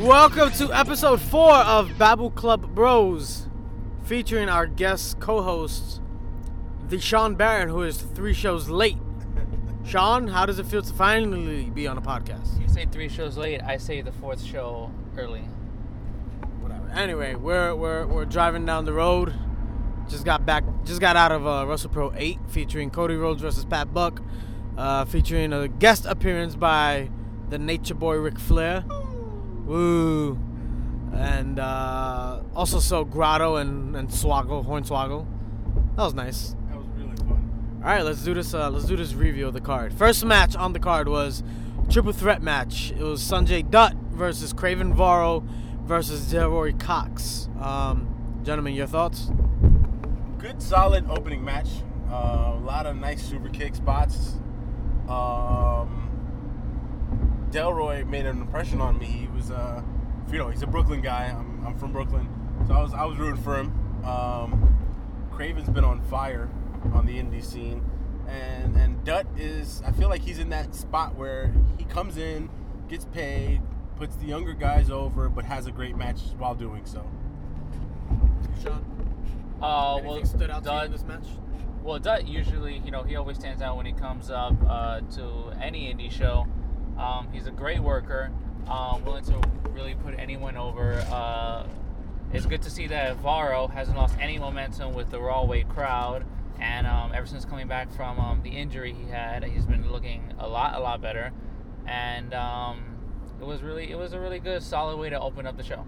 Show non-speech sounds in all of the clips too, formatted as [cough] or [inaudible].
Welcome to episode four of Babu Club Bros, featuring our guest co-host, the Sean Barron, who is three shows late. Sean, how does it feel to finally be on a podcast? You say three shows late, I say the fourth show early. Whatever. Anyway, we're we're we're driving down the road. Just got back. Just got out of uh, Russell Pro Eight, featuring Cody Rhodes versus Pat Buck, uh, featuring a guest appearance by the Nature Boy Ric Flair. Woo! And uh, also so Grotto and and Swaggle Hornswoggle. That was nice. That was really fun. All right, let's do this. Uh, let's do this review of the card. First match on the card was triple threat match. It was Sanjay Dutt versus Craven Varro versus Delroy Cox. Um, gentlemen, your thoughts? Good, solid opening match. Uh, a lot of nice super kick spots. Um, Delroy made an impression on me. He was, uh, you know, he's a Brooklyn guy. I'm, I'm from Brooklyn, so I was I was rooting for him. Um, Craven's been on fire on the indie scene, and and Dutt is. I feel like he's in that spot where he comes in, gets paid, puts the younger guys over, but has a great match while doing so. Sean, Uh, well, Dud, match? well, Dud usually, you know, he always stands out when he comes up uh, to any indie show. Um, he's a great worker, um, willing to really put anyone over. Uh, it's good to see that Varro hasn't lost any momentum with the Raw weight crowd, and um, ever since coming back from um, the injury he had, he's been looking a lot, a lot better. And um, it was really, it was a really good, solid way to open up the show.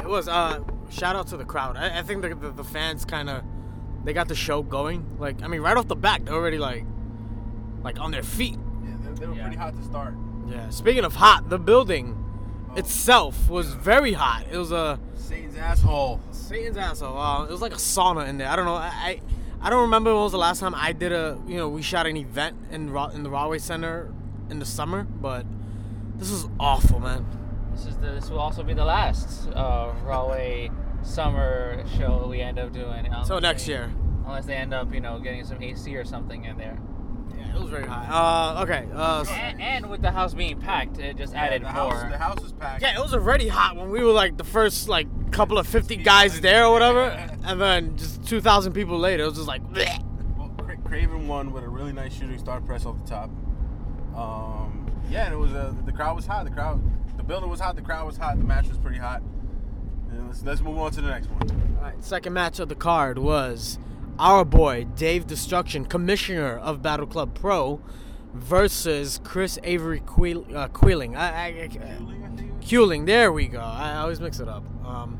It was. Uh, shout out to the crowd. I, I think the, the, the fans kind of they got the show going. Like, I mean, right off the bat, they're already like like on their feet. Yeah, they, they were Yeah. pretty hot to start. Yeah. Speaking of hot, the building Oh, itself was very hot. It was a Satan's asshole. Satan's asshole. Wow, it was like a sauna in there. I don't know. I, I I don't remember when was the last time I did a you know we shot an event in Ra- in the Rahway Center in the summer, but this was awful, man. This is the, this will also be the last uh, Rahway summer show we end up doing. unless So next they- year. unless they end up, you know, getting some AC or something in there. Yeah, it was very hot. Uh, okay. Uh, s- And, and with the house being packed, it just added the more. House, the house was packed. yeah, it was already hot when we were like the first like couple of fifty guys there or whatever, and then just two thousand people later, it was just like. bleh. Well, Cra- Craven won with a really nice shooting star press off the top. Um, yeah, and it was a, the crowd was hot. The crowd, the building was hot. The crowd was hot. The match was pretty hot. And let's, let's move on to the next one. All right, second match of the card was our boy Dave Destruction, commissioner of Battle Club Pro, versus Chris Avery Queel, uh, Queeling. I, I, I, Queeling, there we go. I always mix it up. Um,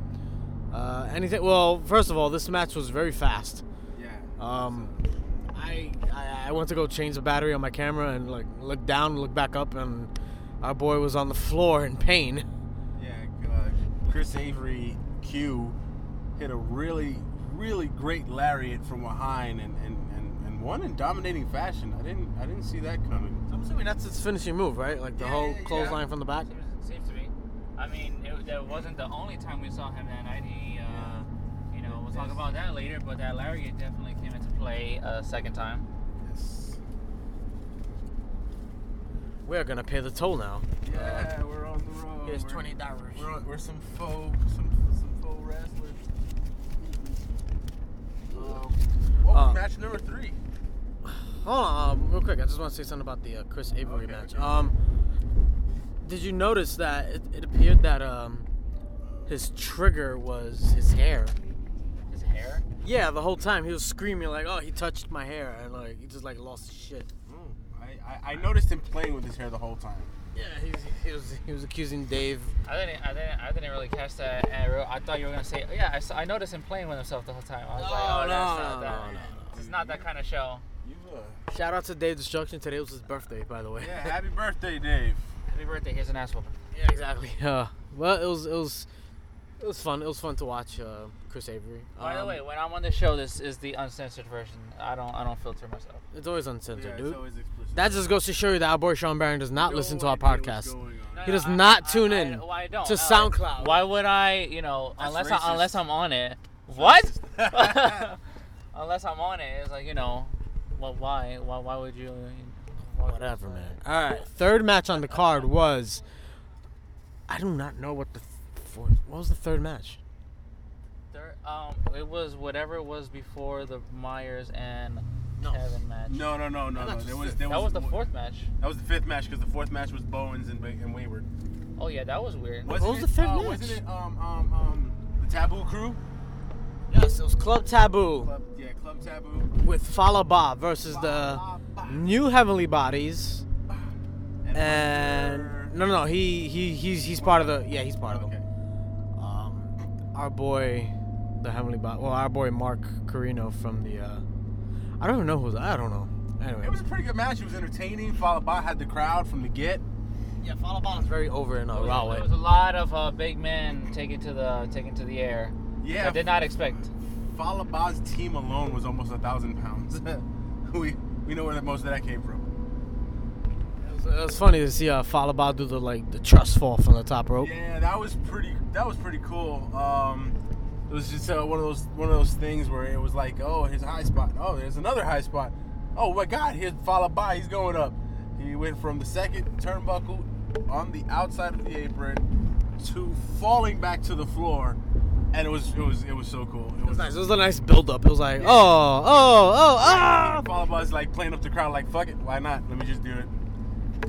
uh, anything? Well, first of all, this match was very fast. Yeah. Um, I, I I went to go change the battery on my camera and like look down, look back up, and our boy was on the floor in pain. [laughs] Yeah. Uh, Chris Avery Q hit a really, really great lariat from behind and, and, and, and won in dominating fashion. I didn't I didn't see that coming. I'm assuming that's his finishing move, right? Like the Yeah, whole yeah, yeah. clothesline from the back. Seems- Seems to be. I mean, it, that wasn't the only time we saw him that night. He, uh, you know, we'll talk about that later. But that lariat definitely came into play a second time. Yes. We are gonna pay the toll now. Yeah, we're on the road. Here's We're- twenty dollars. We're, we're some faux, some, some faux wrestlers. Um, what was Uh, match number three? Hold on, um, real quick. I just want to say something about the uh, Chris Avery Okay, match. okay. Um, did you notice that it, it appeared that um, his trigger was his hair? His hair. Yeah, the whole time he was screaming like, "Oh, he touched my hair!" and like he just like lost his shit. Mm, I, I, I noticed him playing with his hair the whole time. Yeah, he, was- he was he was accusing Dave. I didn't, I didn't, I didn't really catch that. And real- I thought you were gonna say, yeah, I, saw, I noticed him playing with himself the whole time. I was like, No, oh, that's no, not no, that. no, no, This is not that kind of show. You uh, Shout out to Dave Destruction. Today was his birthday, by the way. yeah. [laughs] Happy birthday, Dave. Happy birthday. Here's an ass whooping. Yeah, exactly. Uh, well, it was it was it was fun. It was fun to watch uh, Chris Avery. By the Um, way, when I'm on the show, this is the uncensored version. I don't, I don't filter myself. it's always uncensored, Yeah, it's dude. always explicit. That just goes to show you that our boy Sean Barron does not No listen to our idea what's podcast. going on. No, He no, does not tune I- in why I don't? to Uh, SoundCloud. Why would I? You know, That's unless I, racist. unless I'm on it. What? racist. [laughs] unless I'm on it, it's like you know, well, why, why, why would you? why- Whatever, man. All right. Third match on the card was. I do not know what the fourth. What was the third match? There, um, it was whatever was before the Myers and No. Kevin match. No, no, no, no, That no. match There was was sick. there that was the one- fourth match. That was the fifth match because the fourth match was Bowens and, Ba- and Wayward. Oh yeah, that was weird. Wasn't was it, the fifth uh, match? Wasn't it um um um the Taboo Crew? Yes, it was Club Taboo Club, yeah, Club Taboo. with Falaba versus the New Heavenly Bodies. And no, no, no, he he he's he's part of the yeah he's part of Okay. them. Um, our boy, the Heavenly Body. Well, our boy Mark Carino from the. uh I don't even know who's. I don't know. Anyway, It was a pretty good match. It was entertaining. Followed by had the crowd from the get. yeah, Falaba is very over in uh, There was, Raw. there Oh, was a lot of uh, big men taken to the taken to the air. Yeah, I did not expect. Falaba's team alone was almost a thousand pounds. [laughs] we we know where the most of that came from. It was, it was funny to see uh, Falaba do the like the trust fall from the top rope. Yeah, that was pretty. That was pretty cool. Um, it was just uh, one of those one of those things where it was like, oh, here's a high spot. Oh, there's another high spot. Oh my God, here's Falaba. He's going up. He went from the second turnbuckle on the outside of the apron to falling back to the floor, and it was it was it was so cool. It It was nice. It was a nice build up. It was like, oh, oh, oh, ah. Falaba's like playing up the crowd, like fuck it, why not? Let me just do it.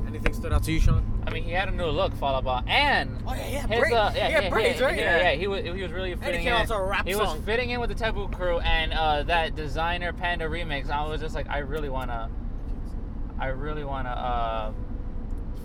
Anything stood out to you, Sean? I mean, he had a new look, Falaba, and Oh, yeah, yeah, his, braids. uh, yeah, He had yeah, braids, yeah, right? Yeah, Yeah. yeah, he was he was really fitting came in. out to a rap he song. was fitting in with the Taboo Crew and uh, that designer Panda remix. I was just like, I really wanna, I really wanna uh,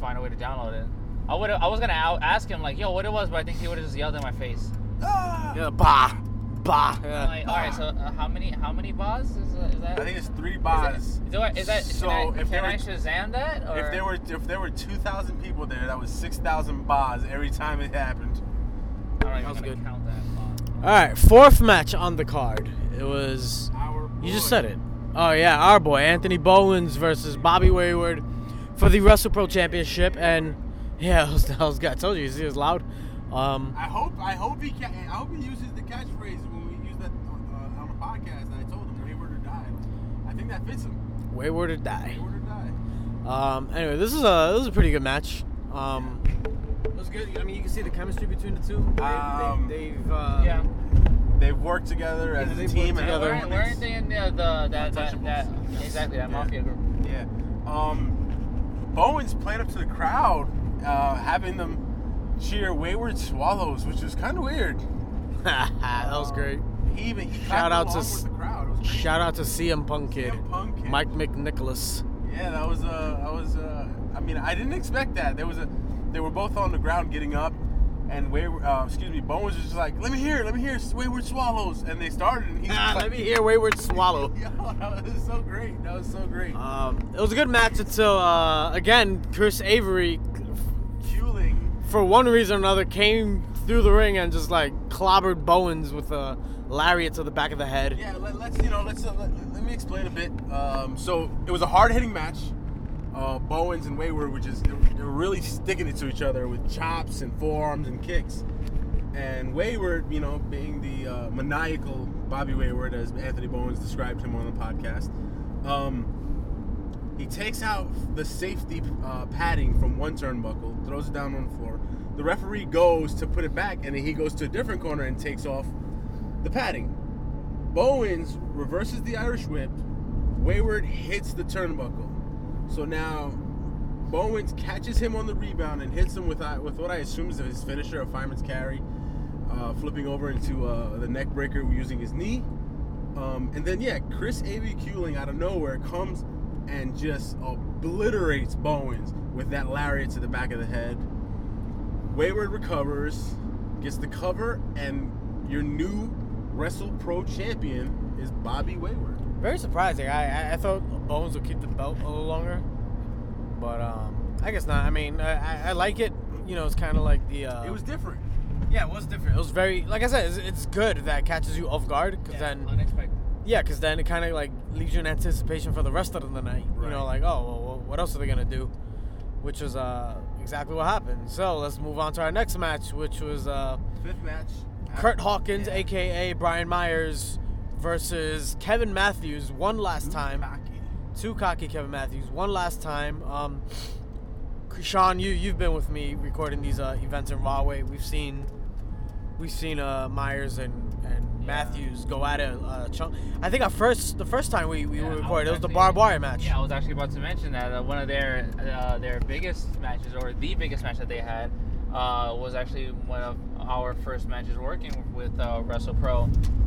find a way to download it. I would I was gonna out- ask him like, yo, what it was, but I think he would have just yelled in my face. Ah! Yeah, bah, bah. I'm like, all right, so uh, how many how many bars is, uh, is that? I think it's three Is bars. it- do I- is that So can I, if can there I were- Shazam that? Or? If there were if there were two thousand people there, that was six thousand bars every time it happened. I don't That even was gonna good. count that. All right, fourth match on the card. It was. Our You just boy. said it. Oh yeah, our boy Anthony Bowens versus Bobby Wayward for the Wrestle Pro Championship, and yeah, [laughs] I was, I was, I told you, he was loud. Um, I hope I hope he ca- I hope he uses the catchphrase when we use that on, uh, on the podcast. And I told him Wayward or die. I think that fits him. Wayward or die. Wayward or die. Um, anyway, this is a this is a pretty good match. Um, it was good. I mean, you can see the chemistry between the two. They, Um, have uh, Yeah. They worked together as Yeah, a they team. worked and together. Weren't, weren't they in the, the that, that, that Untouchables. exactly that Yeah. mafia group? Yeah. Um, Bowens played up to the crowd, uh, having them cheer Wayward Swallows, which was kind of weird. [laughs] that was great. He even he Shout clapped out to along s- with the crowd. It was crazy. Shout out to CM Punk Kid, CM Punk Kid. Mike McNicholas. Yeah, that was uh, I was uh, I mean, I didn't expect that. There was a, they were both on the ground getting up, and Wayward, uh, excuse me, Bowens was just like, "Let me hear, it, let me hear, it, Wayward Swallows," and they started, and he's just Ah, Let like, me hear Wayward swallow. [laughs] "Yo, that was so great. That was so great." Um, it was a good match until uh, again Chris Avery, Fueling. for one reason or another, came through the ring and just like clobbered Bowens with a lariat to the back of the head. Yeah, let, let's you know, let's uh, let, let me explain a bit. Um, so it was a hard hitting match. Uh, Bowens and Wayward were just they were, they were really sticking it to each other with chops and forearms and kicks. And Wayward, you know, being the uh, maniacal Bobby Wayward, as Anthony Bowens described him on the podcast, um, he takes out the safety uh, padding from one turnbuckle, throws it down on the floor. The referee goes to put it back, and then he goes to a different corner and takes off the padding. Bowens reverses the Irish whip. Wayward hits the turnbuckle. So now Bowens catches him on the rebound and hits him with I- with what I assume is his finisher, a fireman's carry, uh, flipping over into uh, the neck breaker using his knee. Um, and then, yeah, Chris A.B. Kuling out of nowhere comes and just obliterates Bowens with that lariat to the back of the head. Wayward recovers, gets the cover, and your new Wrestle Pro champion is Bobby Wayward. Very surprising. I, I, I thought Bones would keep the belt a little longer, but um, I guess not. I mean, I, I, I like it. You know, it's kind of like the. Uh, It was different. yeah, it was different. It was very like I said. It's, it's good that it catches you off guard because then unexpected. yeah, because then it kind of like leaves you in anticipation for the rest of the night. You know, like Right. oh, well, well, what else are they gonna do? Which was uh, exactly what happened. So let's move on to our next match, which was uh, Fifth match. Kurt Hawkins, Yeah. aka Brian Myers, versus Kevin Matthews one last time. Cocky. Too cocky, Kevin Matthews one last time. Um, Sean, you you've been with me recording these uh, events in Rahway. We've seen we've seen uh, Myers and, and Matthews go at it. Uh, chunk. I think our first the first time we, we Yeah, I were was recording it was the actually- barbed wire match. Yeah, I was actually about to mention that uh, one of their uh, their biggest matches, or the biggest match that they had, uh, was actually one of our first matches working with uh, Wrestle Pro,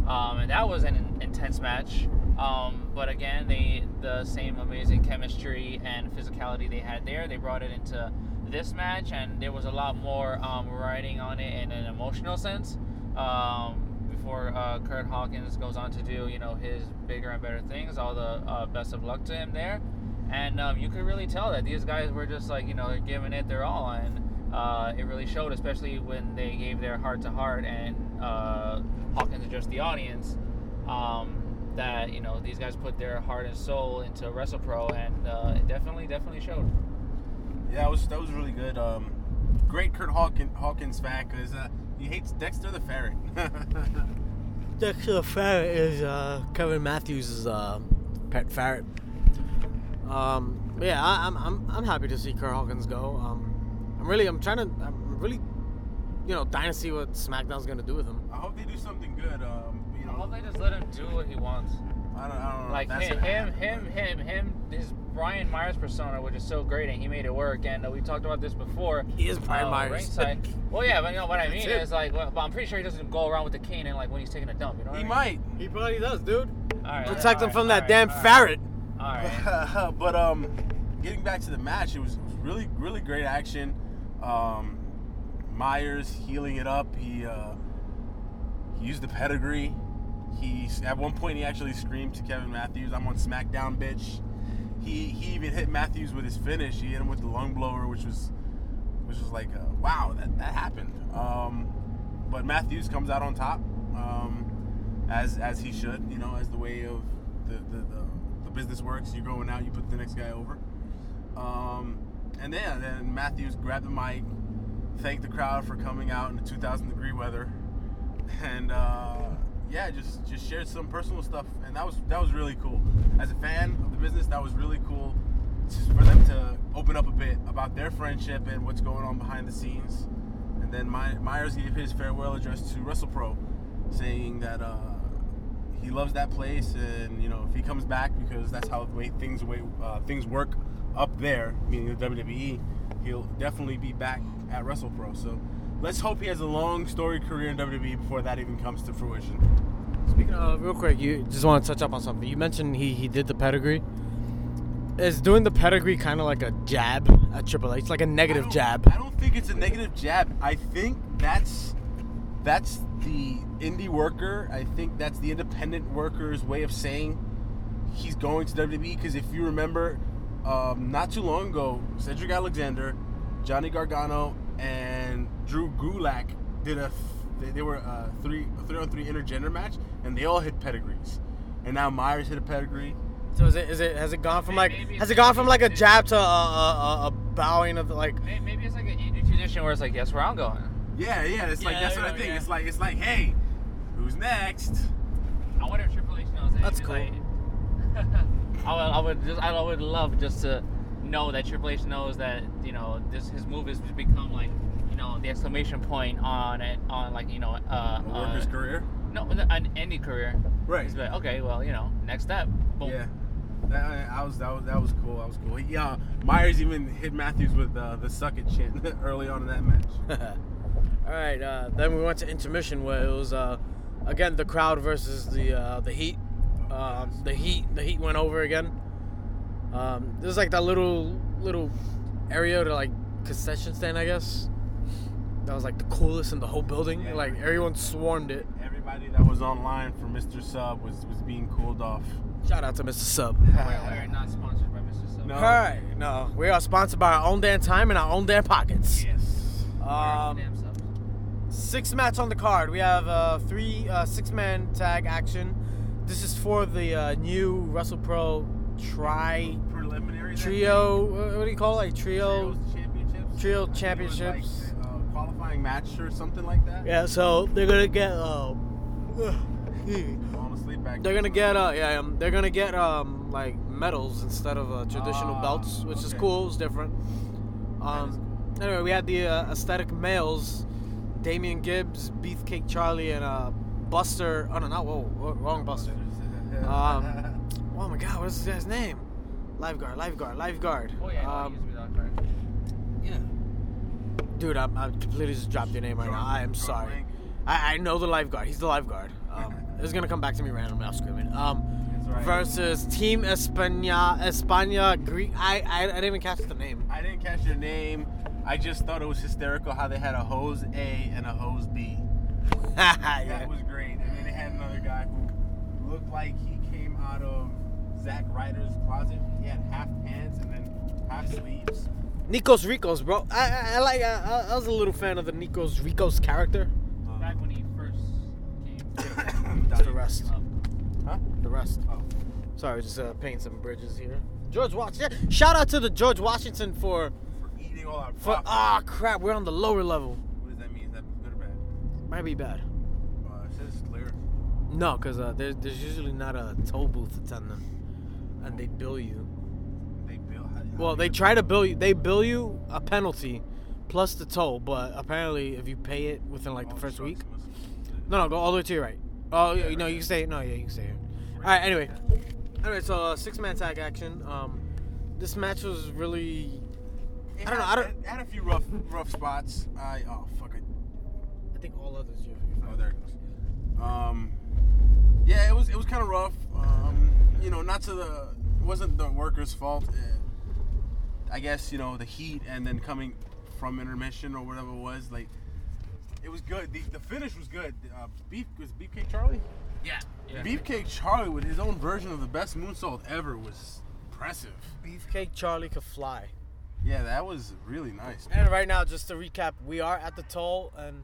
um, and that was an intense match. Um, but again, they the same amazing chemistry and physicality they had there, they brought it into this match, and there was a lot more um, riding on it in an emotional sense. Um, before uh, Kurt Hawkins goes on to do, you know, his bigger and better things. All the uh, best of luck to him there. And um, you could really tell that these guys were just like, you know, they're giving it their all, and uh, it really showed, especially when they gave their heart to heart and uh, Hawkins addressed the audience. Um, that you know, these guys put their heart and soul into WrestlePro, and uh, it definitely, definitely showed. Yeah, that was that was really good. Um, great Kurt Hawkins, Hawkins fact because uh, he hates Dexter the Ferret. [laughs] Dexter the ferret is uh, Kevin Matthews' uh, pet ferret. Um, but yeah, I, I'm, I'm I'm happy to see Kurt Hawkins go. Um, I'm really I'm trying to I'm really you know dying to see what SmackDown's gonna do with him. I hope they do something good. Um, you I hope know, they just let him do what he wants. I don't, I Mm, don't know. if like that's him, gonna him, happen, him, but- him, him, his Brian Myers persona, which is so great, and he made it work. And uh, we talked about this before. Um, He is Oh, Brian Myers. [laughs] ringside. Well, yeah, but you know what I That's mean it. is like, well, but I'm pretty sure he doesn't go around with the cane and like when he's taking a dump. You know what He I might. He probably does, dude. mean? All right, Protect him all from right, that damn all right, ferret. All right. [laughs] [laughs] but um, getting back to the match, it was, it was really really great action. Um, Myers healing it up. He uh, he used the pedigree. He at one point he actually screamed to Kevin Matthews, "I'm on SmackDown, bitch." He he even hit Matthews with his finish. He hit him with the lung blower, which was which was like, uh, wow, that, that happened. Um, but Matthews comes out on top, um, as as he should, you know, as the way of the, the, the, the business works. You're going out, you put the next guy over. Um, and then, then Matthews grabbed the mic, thanked the crowd for coming out in the 2,000 degree weather, and uh, yeah, just just shared some personal stuff, and that was that was really cool. As a fan of the business, that was really cool to- for them to open up a bit about their friendship and what's going on behind the scenes. And then My- Myers gave his farewell address to WrestlePro, saying that uh, he loves that place, and you know if he comes back because that's how the way things way uh, things work up there, meaning the WWE, he'll definitely be back at WrestlePro. So let's hope he has a long story career in WWE before that even comes to fruition. Speaking of, real quick, you just want to touch up on something. You mentioned he he did the pedigree. Is doing the pedigree kind of like a jab at Triple H, like a I negative don't- jab? I don't think it's a negative jab. I think that's that's the indie worker. I think that's the independent worker's way of saying he's going to WWE. Because if you remember, um, not too long ago, Cedric Alexander, Johnny Gargano, and Drew Gulak did a they, they were a three three on three intergender match, and they all hit pedigrees. And now Myers hit a pedigree. So is it, is it has it gone from like Maybe has it it's- gone from like a jab to a, a, a, a bowing of the, like [laughs] May- Maybe it's like an indie tradition where it's like, yes, where I'm going. Yeah, yeah. It's like Yeah, that's you what I know, think. yeah. It's like it's like, hey, who's next? I wonder if Triple H knows that. That's He's cool. like- [laughs] I would, I would just, I would love just to know that Triple H knows that you know this his move has become like you know the exclamation point on it on like you know uh, A worker's uh, career. No, on any career. Right. He's like, okay, well, you know, next step. Boom. Yeah. That, I I was that was that was cool. That was cool. Yeah, Myers even hit Matthews with uh, the suck it chin [laughs] early on in that match. All right, uh, then we went to intermission where it was uh, again the crowd versus the uh, the heat. Um, the heat the heat went over again. Um, there's like that little little area to like concession stand, I guess. That was like the coolest in the whole building. Yeah. Like everyone swarmed it. Everybody that was online for Mr. Sub was was being cooled off. Shout out to Mr. Sub. We're, we're not sponsored by Mr. Sub. No. All right, no, we are sponsored by our own damn time and our own damn pockets. Yes. Um, Damn subs. six match on the card. We have uh, three uh, six man tag action. This is for the uh, new Russell Pro Tri Preliminary that Trio. uh, What do you call it? Like thing? trio. Trios championships. trio I think it was like, championships. uh, qualifying match or something like [sighs] that. Yeah. So they're gonna get. Uh, Honestly, back They're gonna get uh yeah um, they're gonna get um like medals instead of uh, traditional Ah, belts, which is okay. cool. It's different. is Um, anyway, we had the uh, aesthetic males, Damian Gibbs, Beefcake Charlie, and uh Buster. Oh no, not whoa, whoa, wrong Buster. [laughs] [laughs] Um, Oh my God, what is this guy's name? Lifeguard, lifeguard, lifeguard. Oh yeah, I know he used to um, be the lifeguard. yeah. dude, I'm, I completely just dropped your name right now. Jordan- I am Jordan sorry. Wing. I, I know the lifeguard. He's the lifeguard. [laughs] Um, it's gonna come back to me randomly. I'll scream it. Um, It's all right. versus Team España, España Greek. I, I I didn't even catch the name. [laughs] I didn't catch their name. I just thought it was hysterical how they had a hose A and a hose B. yeah. That was great. And then they had another guy who looked like he came out of Zack Ryder's closet. He had half pants and then half sleeves. Nikos Ricos, bro. I I, I like. I, I was a little fan of the Nikos Ricos character. Um, [coughs] Back when he first came That's the rest. up. Huh? The rest. Oh. Sorry, just uh, painting some bridges here. George Washington. Shout out to the George Washington for For eating all our for. props. Ah, crap. We're on the lower level. What does that mean? Is that good or bad? Might be bad. Uh, it says lyrics. No, because uh, there's, there's usually not a toll booth attendant, and they bill you. They bill. Well, they try to bill you. They bill you a penalty, plus the toll. But apparently, if you pay it within like the Oh, first week, no, no, go all the way to your right. Oh, yeah, no, you can stay. No, yeah, you can stay here. All right. Anyway, anyway, so uh, six man tag action. Um, this match was really. I don't know, I don't- It had a few rough, rough spots. I oh fuck it. I think all others. You, Oh, there it goes. Um, yeah, it was it was kind of rough. Um, you know, not to the it wasn't the workers' fault. Uh I guess you know the heat and then coming from intermission or whatever it was like. It was good. The, the finish was good. Uh, beef was Beefcake Charlie. Yeah. yeah. Beefcake Charlie with his own version of the best moonsault ever was impressive. Beefcake Charlie could fly. Yeah, that was really nice. And right now, just to recap, we are at the toll, and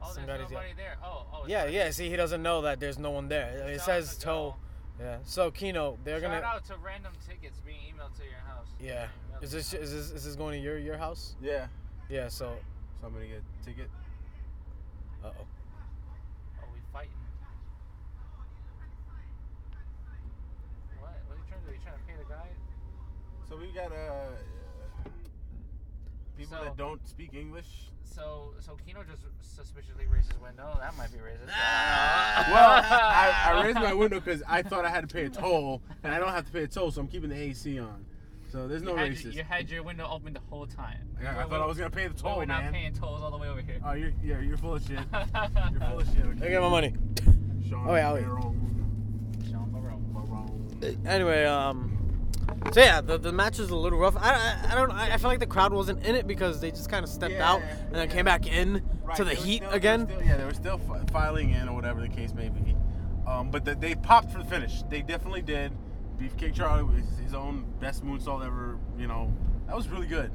Oh, there's Somebody's- nobody there. Oh, oh. it's yeah, Charlie. yeah. See, he doesn't know that there's no one there. It Shout out says to toll. Joel. Yeah. So Kino, they're Shout gonna. out to random tickets being emailed to your house. Oh, Yeah. Is this is this is this going to your your house? Yeah, Yeah. So. so I'm gonna get a ticket. Uh oh. Oh, we fighting. What? What are you trying to do? Are you trying to pay the guy? So we got uh, people So- that don't speak English. So, so Kino just suspiciously raised his window. That might be racist. Ah! [laughs] Well, I, I raised my window because I thought I had to pay a toll, and I don't have to pay a toll, so I'm keeping the AC on. So there's no you, had, racist. you had your window open the whole time. I, I thought I was gonna pay the Well, toll, we're not man. paying tolls all the way over here. Oh, you're yeah, you're full of shit. [laughs] You're full of shit. I Okay. got my money. Sean, Oh, yeah, oh, yeah. you're wrong. Sean Barreau. You're wrong. Anyway, um. So yeah, the, the match was a little rough. I, I, I don't. I, I feel like the crowd wasn't in it because they just kind of stepped Yeah, out and then yeah. came back in Right, to the they were heat still- they were again. still- yeah, they were still fi- filing in or whatever the case may be. Um, but the, they popped for the finish. They definitely did. Beefcake Charlie was his own best moonsault ever. You know, that was really good.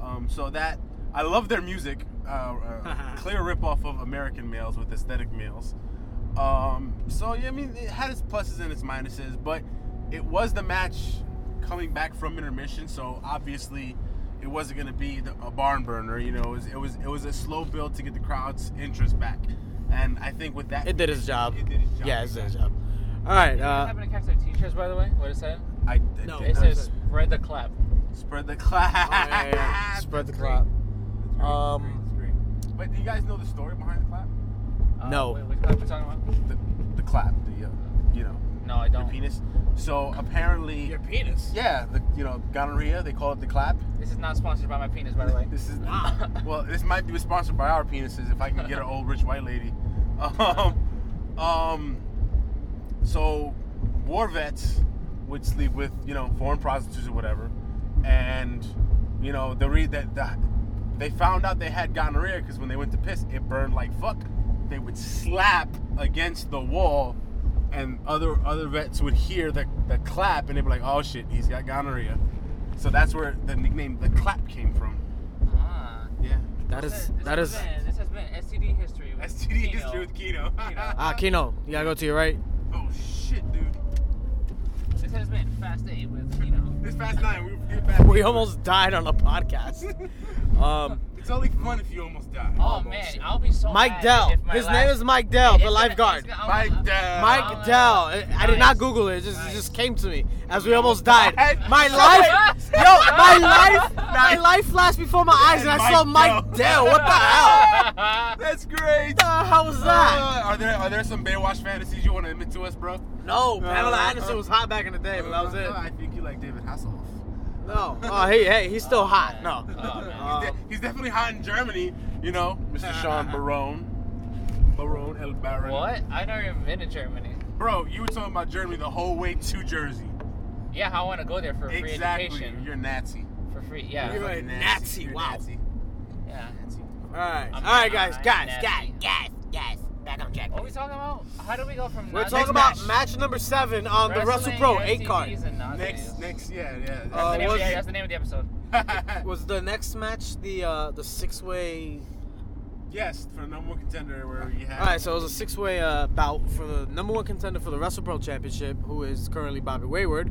Um, so that I love their music. Uh, [laughs] uh, clear ripoff of American males with aesthetic males. Um, so yeah, I mean, it had its pluses and its minuses, but it was the match coming back from intermission. So obviously, it wasn't going to be the, a barn burner. You know, it was, it was it was a slow build to get the crowd's interest back, and I think with that, it did its job. It did its job. Yeah, it did its job. All right. Did you guys Uh, [laughs] happen to catch their t-shirts, by the way? What it said? I, I No, did That's It not says it. spread the clap. spread the clap. Oh, yeah, yeah, yeah. [laughs] Spread the That's clap. great. That's great. Um, That's great. That's great. But do you guys know the story behind the clap? Uh, No. Wait, which clap are we talking about? The, the clap, the uh, you know, No, I the don't. penis. So apparently, penis. Yeah, the, you know, gonorrhea, they call it the clap. This is not sponsored by my penis, by the way. This is well, this might be sponsored by our penises if I can get an old rich white lady. [laughs] Um, um, so war vets would sleep with you know foreign prostitutes or whatever, and you know the read that the, they found out they had gonorrhea because when they went to piss, it burned like fuck. They would slap against the wall, and other other vets would hear the, the clap, and they'd be like, "Oh shit, he's got gonorrhea." So that's where the nickname the clap came from. Ah. [laughs] Yeah. That This is has- this that has is. Been, this has been STD history. With STD Kino. history with Kino. Kino. Ah, Kino, you gotta go to your right. [laughs] oh shit, dude. This has been Fast Eight with Kino. This fast nine, we were getting fast. [laughs] We almost died on a podcast. Um. It's It's only fun if you almost die. Oh Almost. man, I'll be so Mike mad Dell. if my His last- name is Mike Dell, the It's gonna- lifeguard. it's gonna- Mike Dell. Oh, Mike Dell. I I did not nice. Google it. It just, it just came to me as we Nice. almost died. Nice. My life, yo, my life, my life flashed before my eyes, and I saw Mike Mike Dell. Dell. What the hell? [laughs] That's great. What the hell was that? Uh, are there are there some Baywatch fantasies you want to admit to us, bro? No, Pamela uh, Anderson was hot back in the day, but that was Uh, it. I think you like David Hasselhoff. No, oh hey, hey, he's still hot. No, Oh, man. Uh, he's, de- he's definitely hot in Germany, [laughs] you know, Mr. Sean Barone. Barone El Baron. What? I never even been to Germany. Bro, you were talking about Germany the whole way to Jersey. Yeah, I want to go there for free exactly. education. You're Nazi. For free, yeah. You're Fucking a Nazi, You're wow. Nazi. yeah. Nazi. all right, I'm all not- right, guys, I'm guys, not- guys, guys, guys, back on track. What are we talking about? How do we go from We're Nazis- talking about match number seven on the Russell Wrestling, Pro eight card. STDs, and Nazis. Next, next, yeah, yeah. That's, Uh, the name of was- the, that's the name of the episode. [laughs] Was the next match the uh, the six way? yes, for the number one contender where you have. All right, so it was a six way uh, bout for the number one contender for the Wrestle Pro Championship, who is currently Bobby Wayward.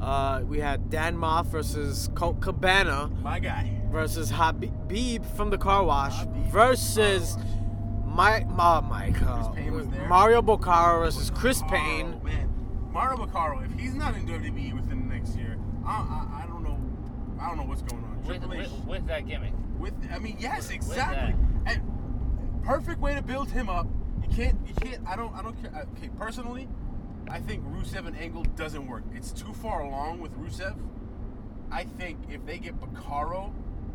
Uh, we had Dan Moth versus Colt Cabana My guy. versus Habib from the Car Wash Habib versus Mike, oh my Chris Payne was God, there. Mario Bocaro versus Chris Payne. Oh, man, Mario Bacaro, if he's not in WWE within the next year, I, I, I don't know. I don't know what's going on. With, Triple H- with, with that gimmick. with I mean yes, With- with exactly. And perfect way to build him up. You can't you can't I don't I don't care uh, okay, personally, I think Rusev and Angle doesn't work. It's too far along with Rusev. I think if they get Bacaro,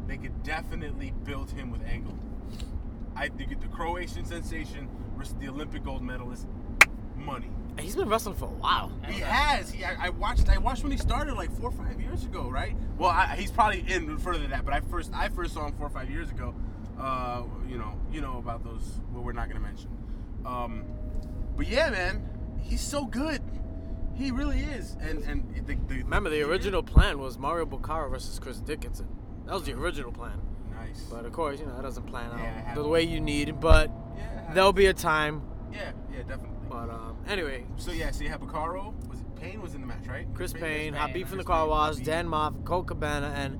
they could definitely build him with Angle. I think the Croatian sensation versus the Olympic gold medalist money. He's been wrestling for a while. He has. He, I, I watched. I watched when he started like four or five years ago, right? Well, I, he's probably in further than that. But I first, I first saw him four or five years ago. Uh, you know, you know about those. What we're not gonna mention. Um, but yeah, man, he's so good. He really is. And and the, the, Remember, the original plan was Mario Bocaro versus Chris Dickinson. That was the original plan. Nice. But of course, you know, that doesn't plan out Yeah, it the happens. way you need, but yeah, there'll be a time. yeah, yeah, definitely. uh, But um, anyway, So yeah, so you have Picaro. Was it Payne was in the match, right? Chris Payne, Payne, Habib from the Chris Car Payne, Wash, Habib. Dan Moff, Cole Cabana, and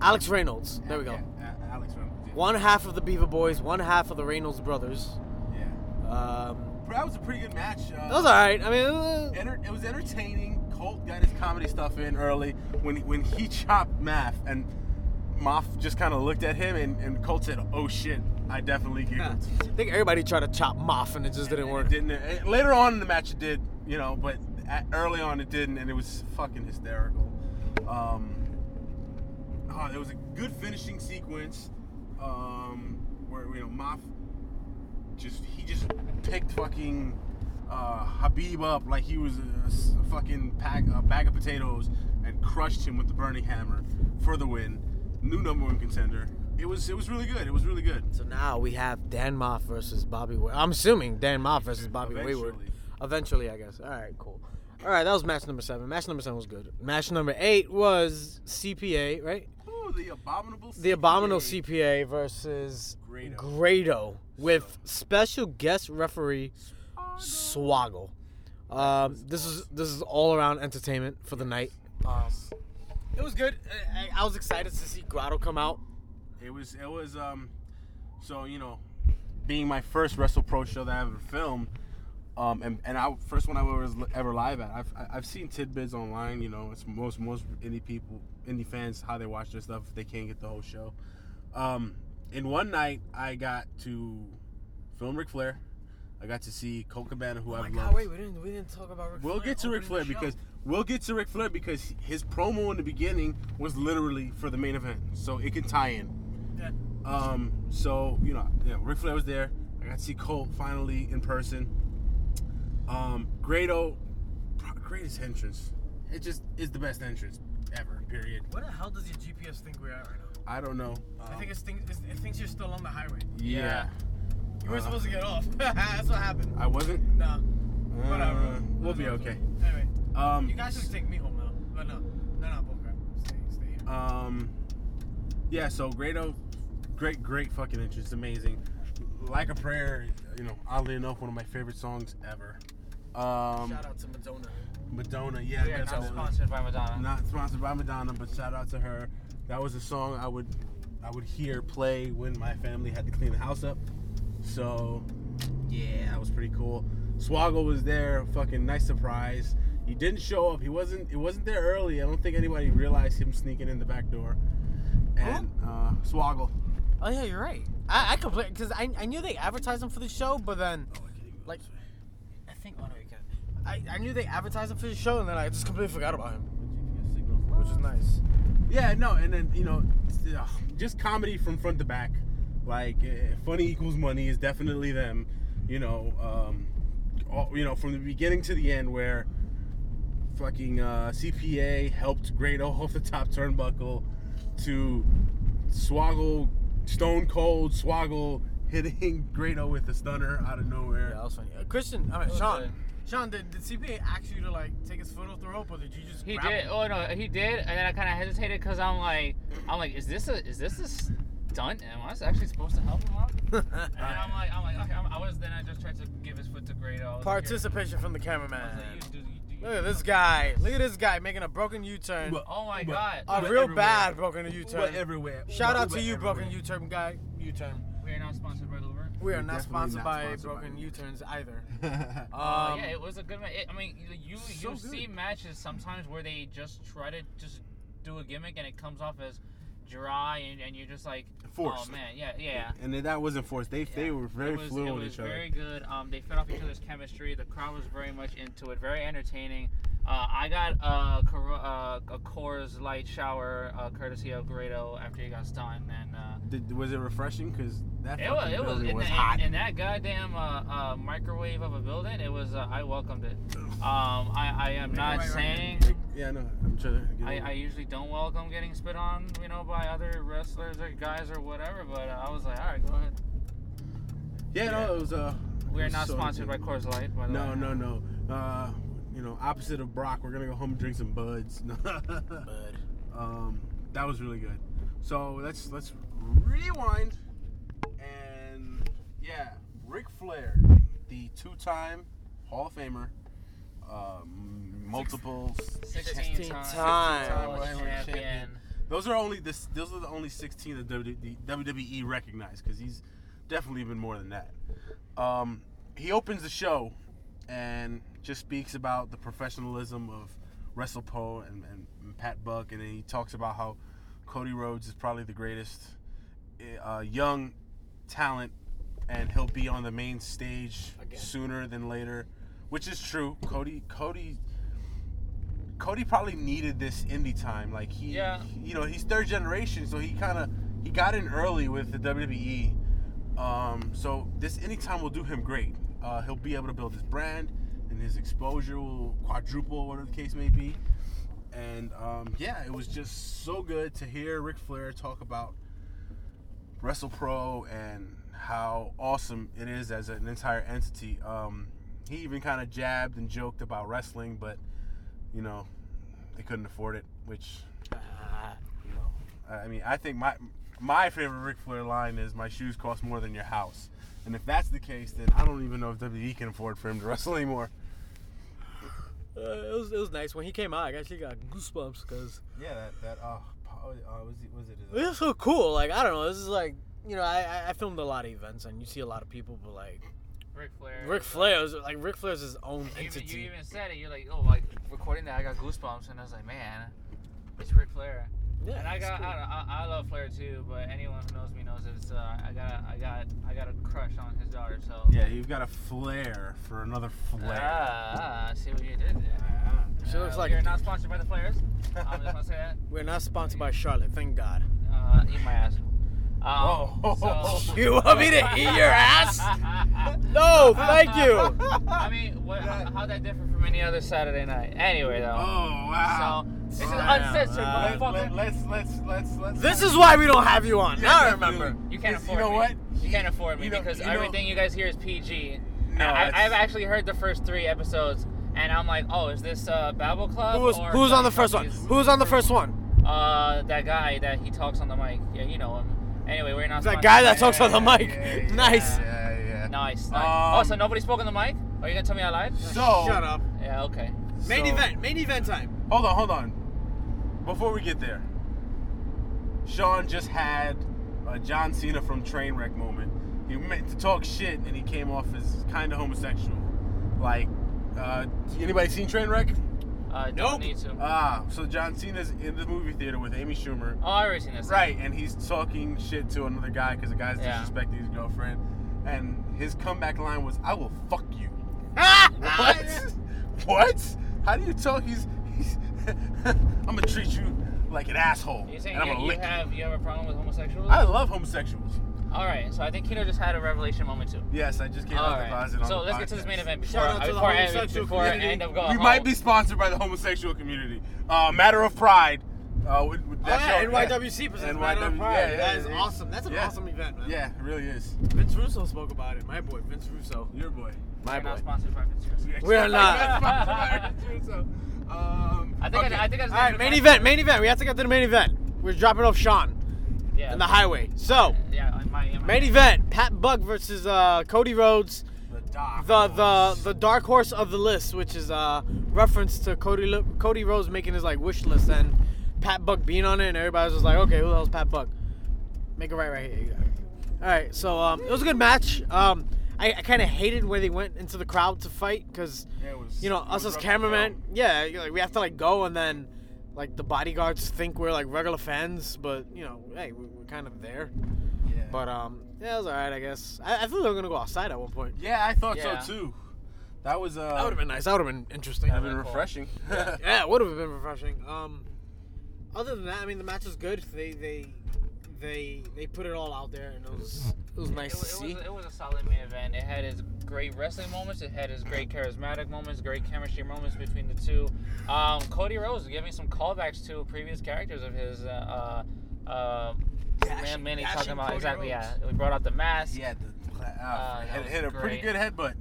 Alex Reynolds. There we go. Yeah, A- Alex Reynolds. Yeah. One half of the Beaver Boys, one half of the Reynolds brothers. Yeah. Um, That was a pretty good match. Uh, that was alright. I mean, uh, enter- it was entertaining. Colt got his comedy stuff in early when he, when he [laughs] chopped Math and Moth just kind of looked at him and, and Colt said, "Oh shit, I definitely I giggled." think everybody tried to chop Moff and it just didn't And work. It didn't it- later on in the match it did, you know, but at, early on it didn't, and it was fucking hysterical. Um, oh, there was a good finishing sequence um, where you know Moth just he just picked fucking uh, Habib up like he was a, s- a fucking pack a bag of potatoes and crushed him with the burning hammer for the win. New number one contender. It was it was really good. It was really good. So now we have Dan Moff versus Bobby. Wa- I'm assuming Dan Moff versus Bobby Wayward. Eventually. Eventually, I guess. All right, cool. All right, that was match number seven. Match number seven was good. Match number eight was CPA, right? Ooh, the abominable. The Abominable CPA. CPA versus Grado. Grado with special guest referee Swoggle. Um, this is this is all around entertainment for the night. Um, it was good. I, I- I was excited to see Grotto come out. It was it was um so you know being my first Wrestle Pro show that I ever filmed um and, and I first one I was ever live at I've I- I've seen tidbits online you know it's most most indie people indie fans how they watch their stuff if they can't get the whole show um in one night I got to film Ric Flair I got to see Colt Cabana Oh who I've loved we didn't we didn't talk about Ric We'll get to Ric Flair because we'll get to Ric Flair because his promo in the beginning was literally for the main event, so it can tie in. Yeah. Um. So you know, yeah, Ric Flair was there. I got to see Colt finally in person. Um, Grado, pro- greatest entrance. It just is the best entrance ever. Period. What the hell does your GPS think we're at right now? I don't know. Um, it's think, it's, it thinks you're still on the highway. yeah. You Uh. supposed to get off. [laughs] That's what happened. I wasn't. No. Uh, we'll be okay. Anyway, Um. take me home now. But no, no, no, bullcrap. Stay, stay here. Um, yeah, so Grado, great, great fucking interest, amazing. Like a prayer, you know, oddly enough, one of my favorite songs ever. Um, Shout out to Madonna. Madonna, yeah, We are not definitely. sponsored by Madonna. Not sponsored by Madonna, but shout out to her. That was a song I would I would hear play when my family had to clean the house up. So, yeah, that was pretty cool. Swaggle was there. Fucking nice surprise. He didn't show up. He wasn't. It wasn't there early. I don't think anybody realized him sneaking in the back door. And uh, Swaggle. Oh yeah, you're right. I, I completely because I, I knew they advertised him for the show, but then Like- I think oh no, you can't. I, I knew they advertised him for the show, and then I just completely forgot about him, which is nice. Yeah, no, and then you know, it's, uh, just comedy from front to back. Like, uh, funny equals money is definitely them. You know, um, all, you know, from the beginning to the end, where fucking uh, CPA helped Grado off the top turnbuckle to swoggle Stone Cold Swoggle hitting Grado with a stunner out of nowhere. Yeah, that was funny. Uh, Christian, I mean was Sean. good. Sean, did, did CPA ask you to like take his foot off the rope, or did you just? He grab did. him? Oh no, he did, and then I kind of hesitated because I'm like, I'm like, is this a is this a stunt? Am I actually supposed to help him out? Oh. And then I'm like, I'm like, okay, I'm, I was. Then I just tried to give his foot to Grado. I [laughs] was like, here. Participation from the I was cameraman. like, you do, you do, Look at this guy. Look at this guy making a broken U-turn. But- Oh my but- god. A but Uh, real everywhere. bad broken But U-turn. everywhere. Shout out But to you, [laughs] broken everywhere. [laughs] U-turn guy. U-turn. we are not sponsored by Uber. We are We're not definitely sponsored not by sponsored by broken Uber. U-turns [laughs] either. Um, Uh, yeah, it was a good match. I mean, you so you good. see matches sometimes where they just try to just do a gimmick and it comes off as dry and, and you're just like, Forced. oh man, yeah, yeah. And then that wasn't forced. They they Yeah. were very it was, fluent it with was each other. Very good. Um, they fed off each other's chemistry. The crowd was very much into it. Very entertaining. Uh, I got a, Cor- uh, a Coors Light shower uh, courtesy of Grado after he got stunned, and uh, Did, was it refreshing? Because that it was fucking it was, building in, was that, hot. in that goddamn uh, uh, microwave of a building. It was uh, I welcomed it. Um, I, I am not Microwave. saying. yeah, no, I'm trying to. Get I, over I it. usually don't welcome getting spit on, you know, by other wrestlers or guys or whatever. But uh, I was like, all right, go ahead. yeah, no, it was. Uh, it We're was not so sponsored by good. Coors Light, by the way. No, no, no. Uh, you know, opposite of Brock, we're gonna go home and drink some buds. [laughs] Bud. um, that was really good. So let's let's rewind and yeah, Ric Flair, the two-time Hall of Famer, um, multiple. 16, 16 times. times. World World champion. champion. Those are only this. Those are the only 16 that WD WWE E recognized because he's definitely been more than that. Um, he opens the show and just speaks about the professionalism of WrestlePo and, and, and Pat Buck, and then he talks about how Cody Rhodes is probably the greatest uh, young talent, and he'll be on the main stage Again. sooner than later, which is true. Cody, Cody. Cody probably needed this indie time. Like he, Yeah. you know, he's third generation, so he kind of he got in early with the WWE. Um, so this indie time will do him great. Uh, he'll be able to build his brand, and his exposure will quadruple, whatever the case may be. And um, yeah, it was just so good to hear Ric Flair talk about WrestlePro and how awesome it is as an entire entity. Um, he even kind of jabbed and joked about wrestling, but you know, they couldn't afford it, which Uh, you know, I I mean, I think my my favorite Ric Flair line is my shoes cost more than your house, and if that's the case, then I don't even know if WWE can afford for him to [laughs] wrestle anymore. Uh, it was it was nice when he came out. I actually got goosebumps because Yeah, that that uh, po- uh was it was it it was so cool. Like I don't know, this is like you know I I- I filmed a lot of events and you see a lot of people, but like Ric Flair. Ric Flair is like Ric Flair's his own You even, you entity. even said it. You're like, oh, like recording that, I got goosebumps, and I was like, man, it's Ric Flair. Yeah, And I it's got, cool. I, don't know, I, I love Flair too, but anyone who knows me knows it's, uh, I got, I got, I got a crush on his daughter. So. yeah, you've got a flair for another flair. Ah, I see what you did there. Uh, She looks like- you're not sponsored by the [laughs] Flares. I'm just gonna say that. We're not sponsored by Charlotte, thank God. [laughs] Uh, eat my ass. Um, Oh. so- [laughs] [laughs] You want me to eat your [laughs] ass? No, thank you. I mean, what, how, how that differ from any other Saturday night? Anyway, though. Oh wow! So this is Wow. uncensored, Let- motherfucker. let- Let's let's let's let's. This is why we don't have you on. Now I Yeah, remember. definitely. You can't Because afford You know me. what? You can't afford me You know- because you know- everything you guys hear is PG. No, I, it's- I've actually heard the first three episodes, and I'm like, oh, is this uh, Babel Club? Who was or who was on the Sonic first one? Youth? Who was on the first one? Uh, that guy that he talks on the mic. Yeah, you know him. Anyway, we're not. That sponsored. guy that talks on the Yeah, mic. yeah, yeah, Nice. Yeah, yeah. Nice. nice. Um, oh, so nobody spoke on the mic? Are you gonna tell me I lied? So Shut up. Yeah. Okay. Main so- event. Main event time. Hold on, hold on. Before we get there, Sean just had a John Cena from Trainwreck moment. He meant to talk shit, and he came off as kind of homosexual. Like, uh, anybody seen Trainwreck? Uh, don't Nope. need to. Ah, so John Cena's in the movie theater with Amy Schumer. oh, I already seen this. [laughs] Right, and he's talking shit to another guy because the guy's Yeah. disrespecting his girlfriend. And his comeback line was, "I will fuck you." what? [laughs] what? How do you talk? He's, he's [laughs] I'm gonna treat you like an asshole, You and saying I'm you, gonna you lick you. Oh. have you have a problem with homosexuals? I love homosexuals. All right, so I think Kino just had a revelation moment too. Yes, I just came All out the right, closet on so the let's get to this podcast. main event before, Shout out to I, the before, I, homosexual before I community. end up going We home. might be sponsored by the homosexual community. Uh, Matter of Pride. Uh, with- with- Oh, that's yeah, your- NYWC presents Matter of NYW Pride. yeah, that yeah, is yeah. awesome. That's an Yeah. awesome event, man. Yeah, it really is. Vince Russo spoke about it. My boy, Vince Russo. Your boy. My [laughs] We're boy. not sponsored by Vince. We are not. um, I think I, I think I All right, main event, main event. We have to get to the main event. We're dropping off Sean Yeah. in the highway. So, yeah, in my, in my main event: Pat Buck versus uh, Cody Rhodes, the dark the the horse. the dark horse of the list, which is a reference to Cody Lo- Cody Rhodes making his like wish list and Pat Buck being on it, and everybody's just like, okay, who the hell's Pat Buck? Make it right, right here. you go. All right, so um, it was a good match. Um, I, I kind of hated where they went into the crowd to fight because Yeah, it was- you know it us was as rough cameramen, and yeah, you're like we have to like go and then like the bodyguards think we're like regular fans, but you know, hey, we, we're kind of there. yeah. But um, yeah, it was all right, I guess. I, I thought they were gonna go outside at one point. yeah, I thought Yeah. so too. That was uh, That would have been nice. That would have been interesting. that'd been Cool. [laughs] refreshing. Yeah, it would have been refreshing. Um, other than that, I mean, the match was good. They they they they put it all out there, and it was it was nice it, to was- see. It was, it was a solid main event. It had its great wrestling moments. It had its great charismatic moments, great chemistry moments between the two. Um, Cody Rhodes giving some callbacks to previous characters of his. Uh, uh, uh, Dashing- man, Manny dashing talking about Cody exactly. Rhodes. Yeah, we brought out the mask. [laughs] yeah, the, uh, Uh, that hit, was hit a pretty great. good headbutt.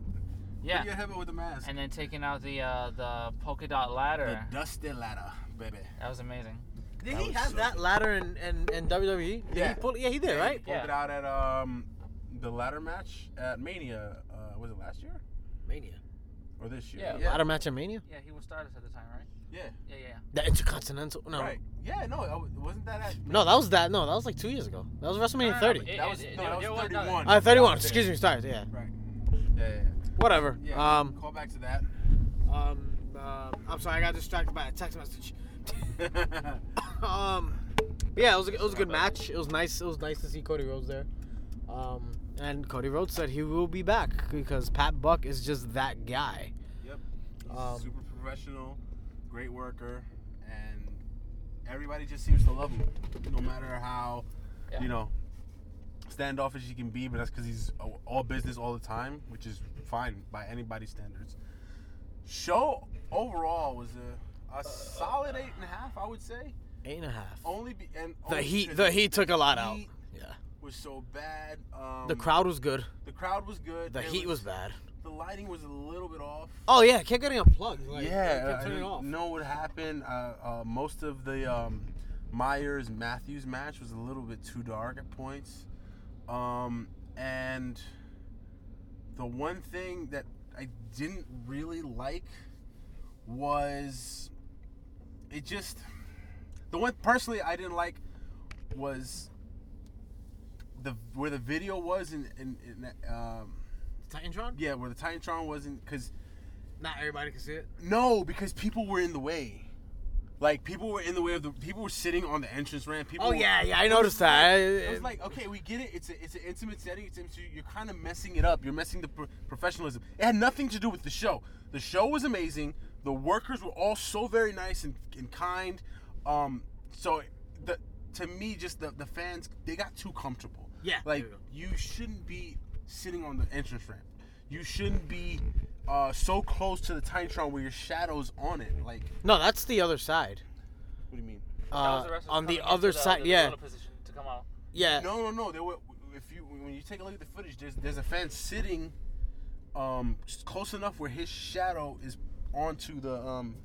yeah. Pretty good headbutt with the mask. And then taking out the uh, the polka dot ladder. the dusty ladder, baby. That was amazing. Did That he was have so that good. ladder in, in, in WWE? Did Yeah. He pull, yeah, he did, right? Pulled it Yeah. out at um, the ladder match at Mania. Uh, was it last year Mania. or this year? Yeah, yeah, Ladder match at Mania? Yeah, he was Stardust at the time, right? yeah, Yeah, yeah, yeah. The Intercontinental? No. right. Yeah, no, it wa- wasn't that at No, that was that. No, that was like two years ago. That was No, WrestleMania no, no, 30. but I it- That it- was- it- no, there- that was there another- 31. uh, 31. Yeah. Excuse me, stars. Ah, Yeah. Right. Yeah, yeah, Whatever. yeah. yeah Um, call back to that. um, uh, I'm sorry, I got distracted by a text message. [laughs] [laughs] um, but yeah, it was a, it was a good match. It was nice. It was nice to see Cody Rhodes there. Um, and Cody Rhodes said he will be back because Pat Buck is just that guy. yep. Um, Super professional, great worker, and everybody just seems to love him, no matter how Yeah. you know standoffish he can be. But that's because he's a- all business all the time, which is fine by anybody's standards. Show overall was a, a solid eight and a half, I would say. Eight and a half. Only be, and The only heat. because The heat took a lot out. Oh, heat Yeah. was so bad. Um, The crowd was good. the crowd was good. The It heat was bad. The lighting was a little bit off. Oh yeah, I kept getting unplugged. Like, I yeah, kept I turning didn't off. know what happened. Uh, uh, most of the um, Myers Matthews match was a little bit too dark at points, um, and the one thing that I didn't really like was it just the one personally I didn't like was the where the video was in, in, in um, Titantron. yeah where the Titantron wasn't because. Not everybody can see it. No, because people were in the way. Like people were in the way of the people were sitting on the entrance ramp. People Oh were- yeah, yeah, I it was noticed like- that. It was like okay, we get it. It's a, it's an intimate setting. It's intimate, you're kind of messing it up. You're messing the pro- professionalism. It had nothing to do with the show. The show was amazing. The workers were all so very nice and, and kind. Um, so the to me, just the the fans they got too comfortable. Yeah, like there you shouldn't be sitting on the entrance ramp. You shouldn't be uh, so close to the Titantron where your shadow's on it. Like, no, that's the other side. what do you mean? That Uh, was wrestlers on the coming into other side, the yeah, middle position to come out. yeah. No, no, no. There were, if you when you take a look at the footage, there's there's a fan sitting, um, s- close enough where his shadow is onto the um,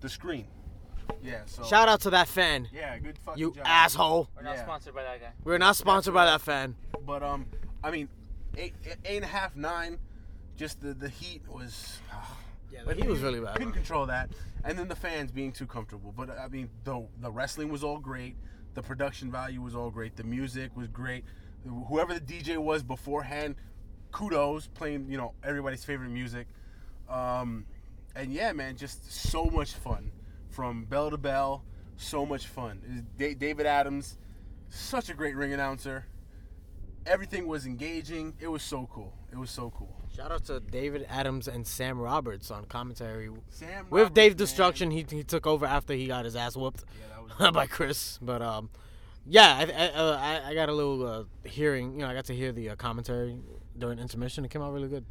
the screen. Yeah. So. Shout out to that fan. yeah, good fucking You job. asshole. We're not Yeah. sponsored by that guy. We're not sponsored by that fan. But um, I mean, eight eight and a half nine. Just the the heat was. [sighs] Yeah, But he was really bad. Couldn't control that, and then the fans being too comfortable. But I mean, the the wrestling was all great. The production value was all great. The music was great. Whoever the DJ was beforehand, kudos playing you know everybody's favorite music. Um, and yeah, man, just so much fun from bell to bell. So much fun. Da- David Adams, such a great ring announcer. Everything was engaging. It was so cool. It was so cool. Shout out to David Adams and Sam Roberts on commentary. Sam With Roberts, Dave man. Destruction, he, he took over after he got his ass whooped Yeah, [laughs] that was by Chris. But um, yeah, I I, uh, I I got a little uh, hearing. You know, I got to hear the uh, commentary during intermission. It came out really good.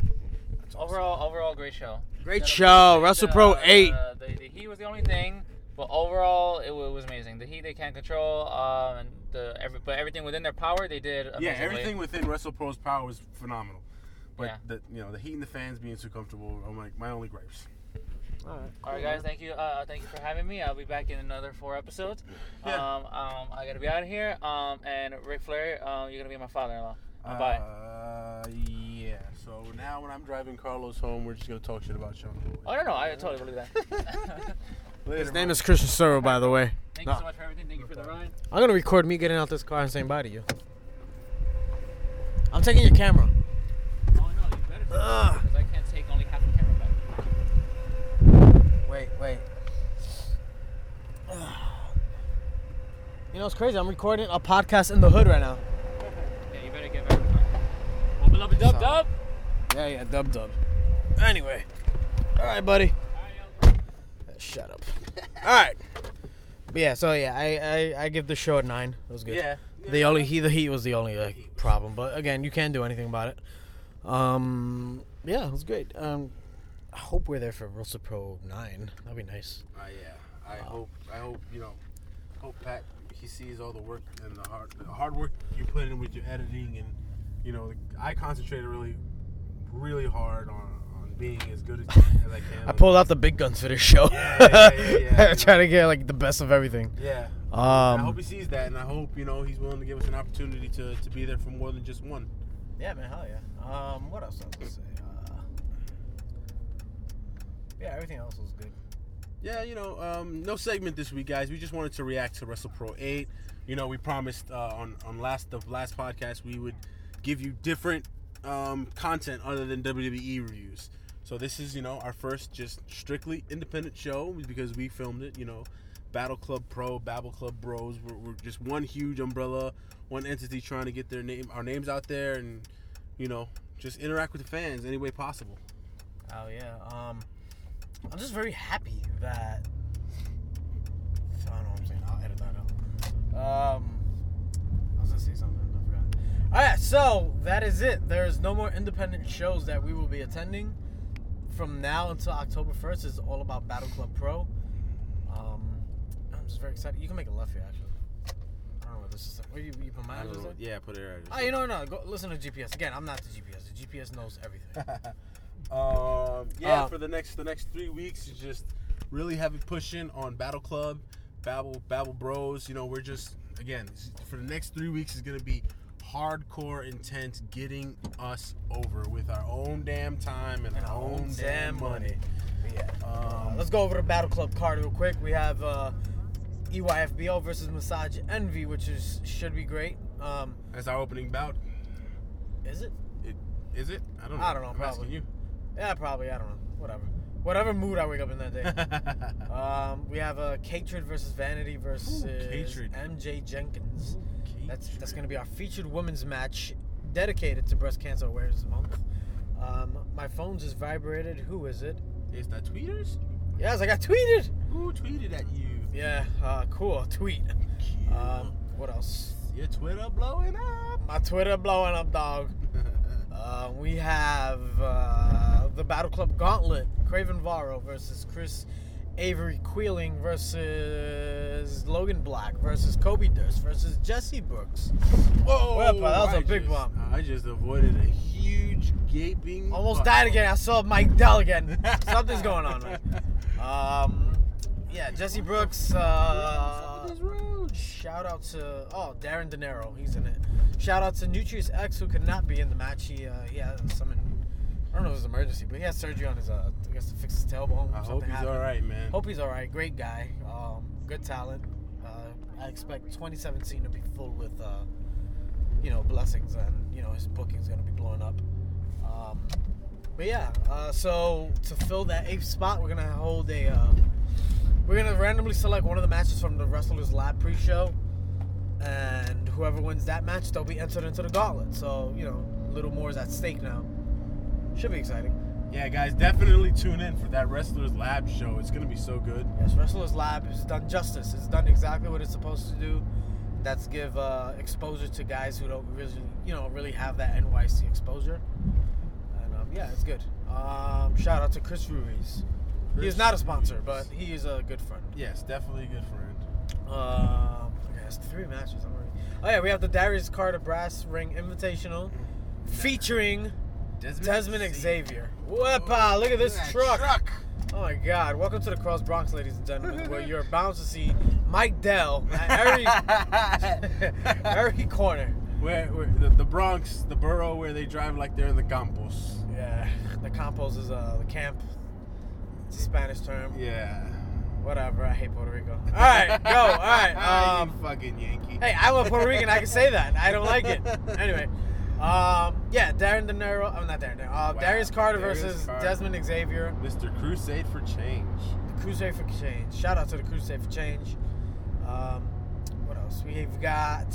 Overall, overall, great show. Great Instead of- show, the- Russell Pro uh, eight. The, the heat was the only thing, but overall, it, wa- was amazing. The heat they can't control, um, and the every, but everything within their power, they did. Amazingly. Yeah, everything within WrestlePro's power was phenomenal. But Yeah. the you know the heat and the fans being too comfortable are like my only gripes. All right, All right, guys. Thank you. Uh, thank you for having me. I'll be back in another four episodes. Yeah. Um, um, I gotta be out of here. Um, and Ric Flair, um, you're gonna be my father-in-law. Bye. Uh, yeah. So now when I'm driving Carlos home, we're just gonna talk shit about Sean. Boyd. oh no, no, I totally believe [laughs] that. [laughs] Later, His name bro. is Christian Sorrow, by the way. thank No. you so much for everything. Thank you for the ride. I'm gonna record me getting out this car and saying bye to you. I'm taking your camera. Oh no, you better. Ugh. Because I can't take only half the camera back. Wait, wait. [sighs] You know, it's crazy. I'm recording a podcast in the hood right now. Yeah, you better get back. Well, beloved dub dub. Yeah, yeah, dub dub. Anyway. All right, buddy. Shut up. All right. But yeah, so yeah, I, I, I give the show a nine. It was good. Yeah. The only he the heat was the only like, problem, but again, you can't do anything about it. Um, yeah, it was great. Um, I hope we're there for Russell Pro nine. That'd be nice. Uh, yeah. I hope. I hope you know. Hope Pat he sees all the work and the hard the hard work you put in with your editing and you know I concentrated really really hard on, on being as good as, as I can. I pulled out the big guns for this show. Yeah, yeah, yeah, yeah. [laughs] Trying to get like the best of everything. Yeah. I Um, hope he sees that, and I hope you know he's willing to give us an opportunity to, to be there for more than just one. Yeah, man, hell yeah. Um, what else I was gonna say? Uh, yeah, everything else was good. Yeah, you know, um, no segment this week, guys. We just wanted to react to WrestlePro 8. You know, we promised uh, on on last the last podcast we would give you different um, content other than WWE reviews. So this is you know our first just strictly independent show because we filmed it. You know, Battle Club Pro, Babble Club Bros. We're, we're just one huge umbrella, one entity trying to get their name our names out there and you know just interact with the fans any way possible. Oh yeah. Um, I'm just very happy that. I don't know what I'm saying. I'll edit that out. Um, I was gonna say something. I forgot. All right, so that is it. There is no more independent shows that we will be attending from now until October 1st. It's all about Battle Club Pro. Um, I'm just very excited. You can make a left here, actually. I don't know where this is. Where you, you put my I address don't know. at? Yeah, put it right. Oh, you know, no. Go listen to GPS again. I'm not the GPS. The GPS knows [laughs] everything. Um, yeah, Uh, for the next the next three weeks, is just really heavy pushing on Battle Club, Babble Babble Bros. You know, we're just again s- for the next three weeks is gonna be hardcore, intense, getting us over with our own damn time and, our own damn money. Yeah. Um, Let's go over the Battle Club card real quick. We have uh, EYFBO versus Massage Envy, which is should be great. Um, that's our opening bout. is it? It, is it? I don't know. I don't know, I'm asking probably. you. Yeah, probably. I don't know. Whatever. Whatever mood I wake up in that [laughs] day. um, we have uh, Catred versus Vanity versus Catred. MJ Jenkins. That's that's going to be our featured women's match dedicated to Breast Cancer Awareness Month. Um, my phone just vibrated. Who is it? Is that tweeters? Yes, I got tweeted. Who tweeted at you? Yeah, uh, cool. Tweet. Um, what else? Your Twitter blowing up. [laughs] My Twitter blowing up, dog. Uh, we have uh, the Battle Club Gauntlet: Craven Varro versus Chris Avery Queeling versus Logan Black versus Kobe Durst versus Jesse Brooks. Whoa! Well, pal, that was a I big just- bump. I just avoided a huge gaping. Almost bump. died [laughs] again. I saw Mike Dell again. Something's going on, man. Um, yeah, Jesse Brooks. Uh, shout out to oh Darren De Niro, he's in it. Shout out to Nutrius X who could not be in the match. He uh, he had some. I don't know if it was an emergency, but he had surgery on his uh, I guess to fix his tailbone. I Something hope he's happened. all right, man. Hope he's all right. Great guy. Um, good talent. Uh, I expect 2017 to be full with, uh, you know, blessings, and you know his booking's gonna be blowing up. Um, but yeah, uh, so to fill that eighth spot, we're gonna hold a. Uh, we're gonna randomly select one of the matches from the Wrestlers Lab pre-show, and whoever wins that match, they'll be entered into the gauntlet. So you know, a little more is at stake now. Should be exciting. Yeah, guys, definitely tune in for that Wrestlers Lab show. It's gonna be so good. Yes, Wrestlers Lab has done justice. It's done exactly what it's supposed to do. That's give uh, exposure to guys who don't really, you know, really have that NYC exposure. And um, yeah, it's good. Um, shout out to Chris Ruiz. he Chris is not a sponsor, Ruiz. but he is a good friend. Yes, definitely a good friend. Um, okay, that's three matches. I'm already. Oh yeah, we have the Darius Carter Brass Ring Invitational, featuring Desmond Xavier. Wepa! Look at this Look at that truck. Oh my God! Welcome to the Cross Bronx, ladies and gentlemen, where [laughs] you're bound to see Mike Dell at [laughs] every every corner. Where, where the, the Bronx, the borough where they drive like they're in the Campos. Yeah, the Campos is uh, the camp. It's a Spanish term. Yeah. Whatever. I hate Puerto Rico. All right, go. All [laughs] right. Ah, you Um, fucking Yankee. hey, I'm a Puerto Rican. I can say that. I don't [laughs] like it. Anyway, um, yeah, Darren De Niro. I'm not Darren. De Niro, uh, Wow. Darius Carter Darius versus Carter. Desmond Xavier. Mr. Crusade for Change. The Crusade for Change. Shout out to the Crusade for Change. Um, what else? We've got.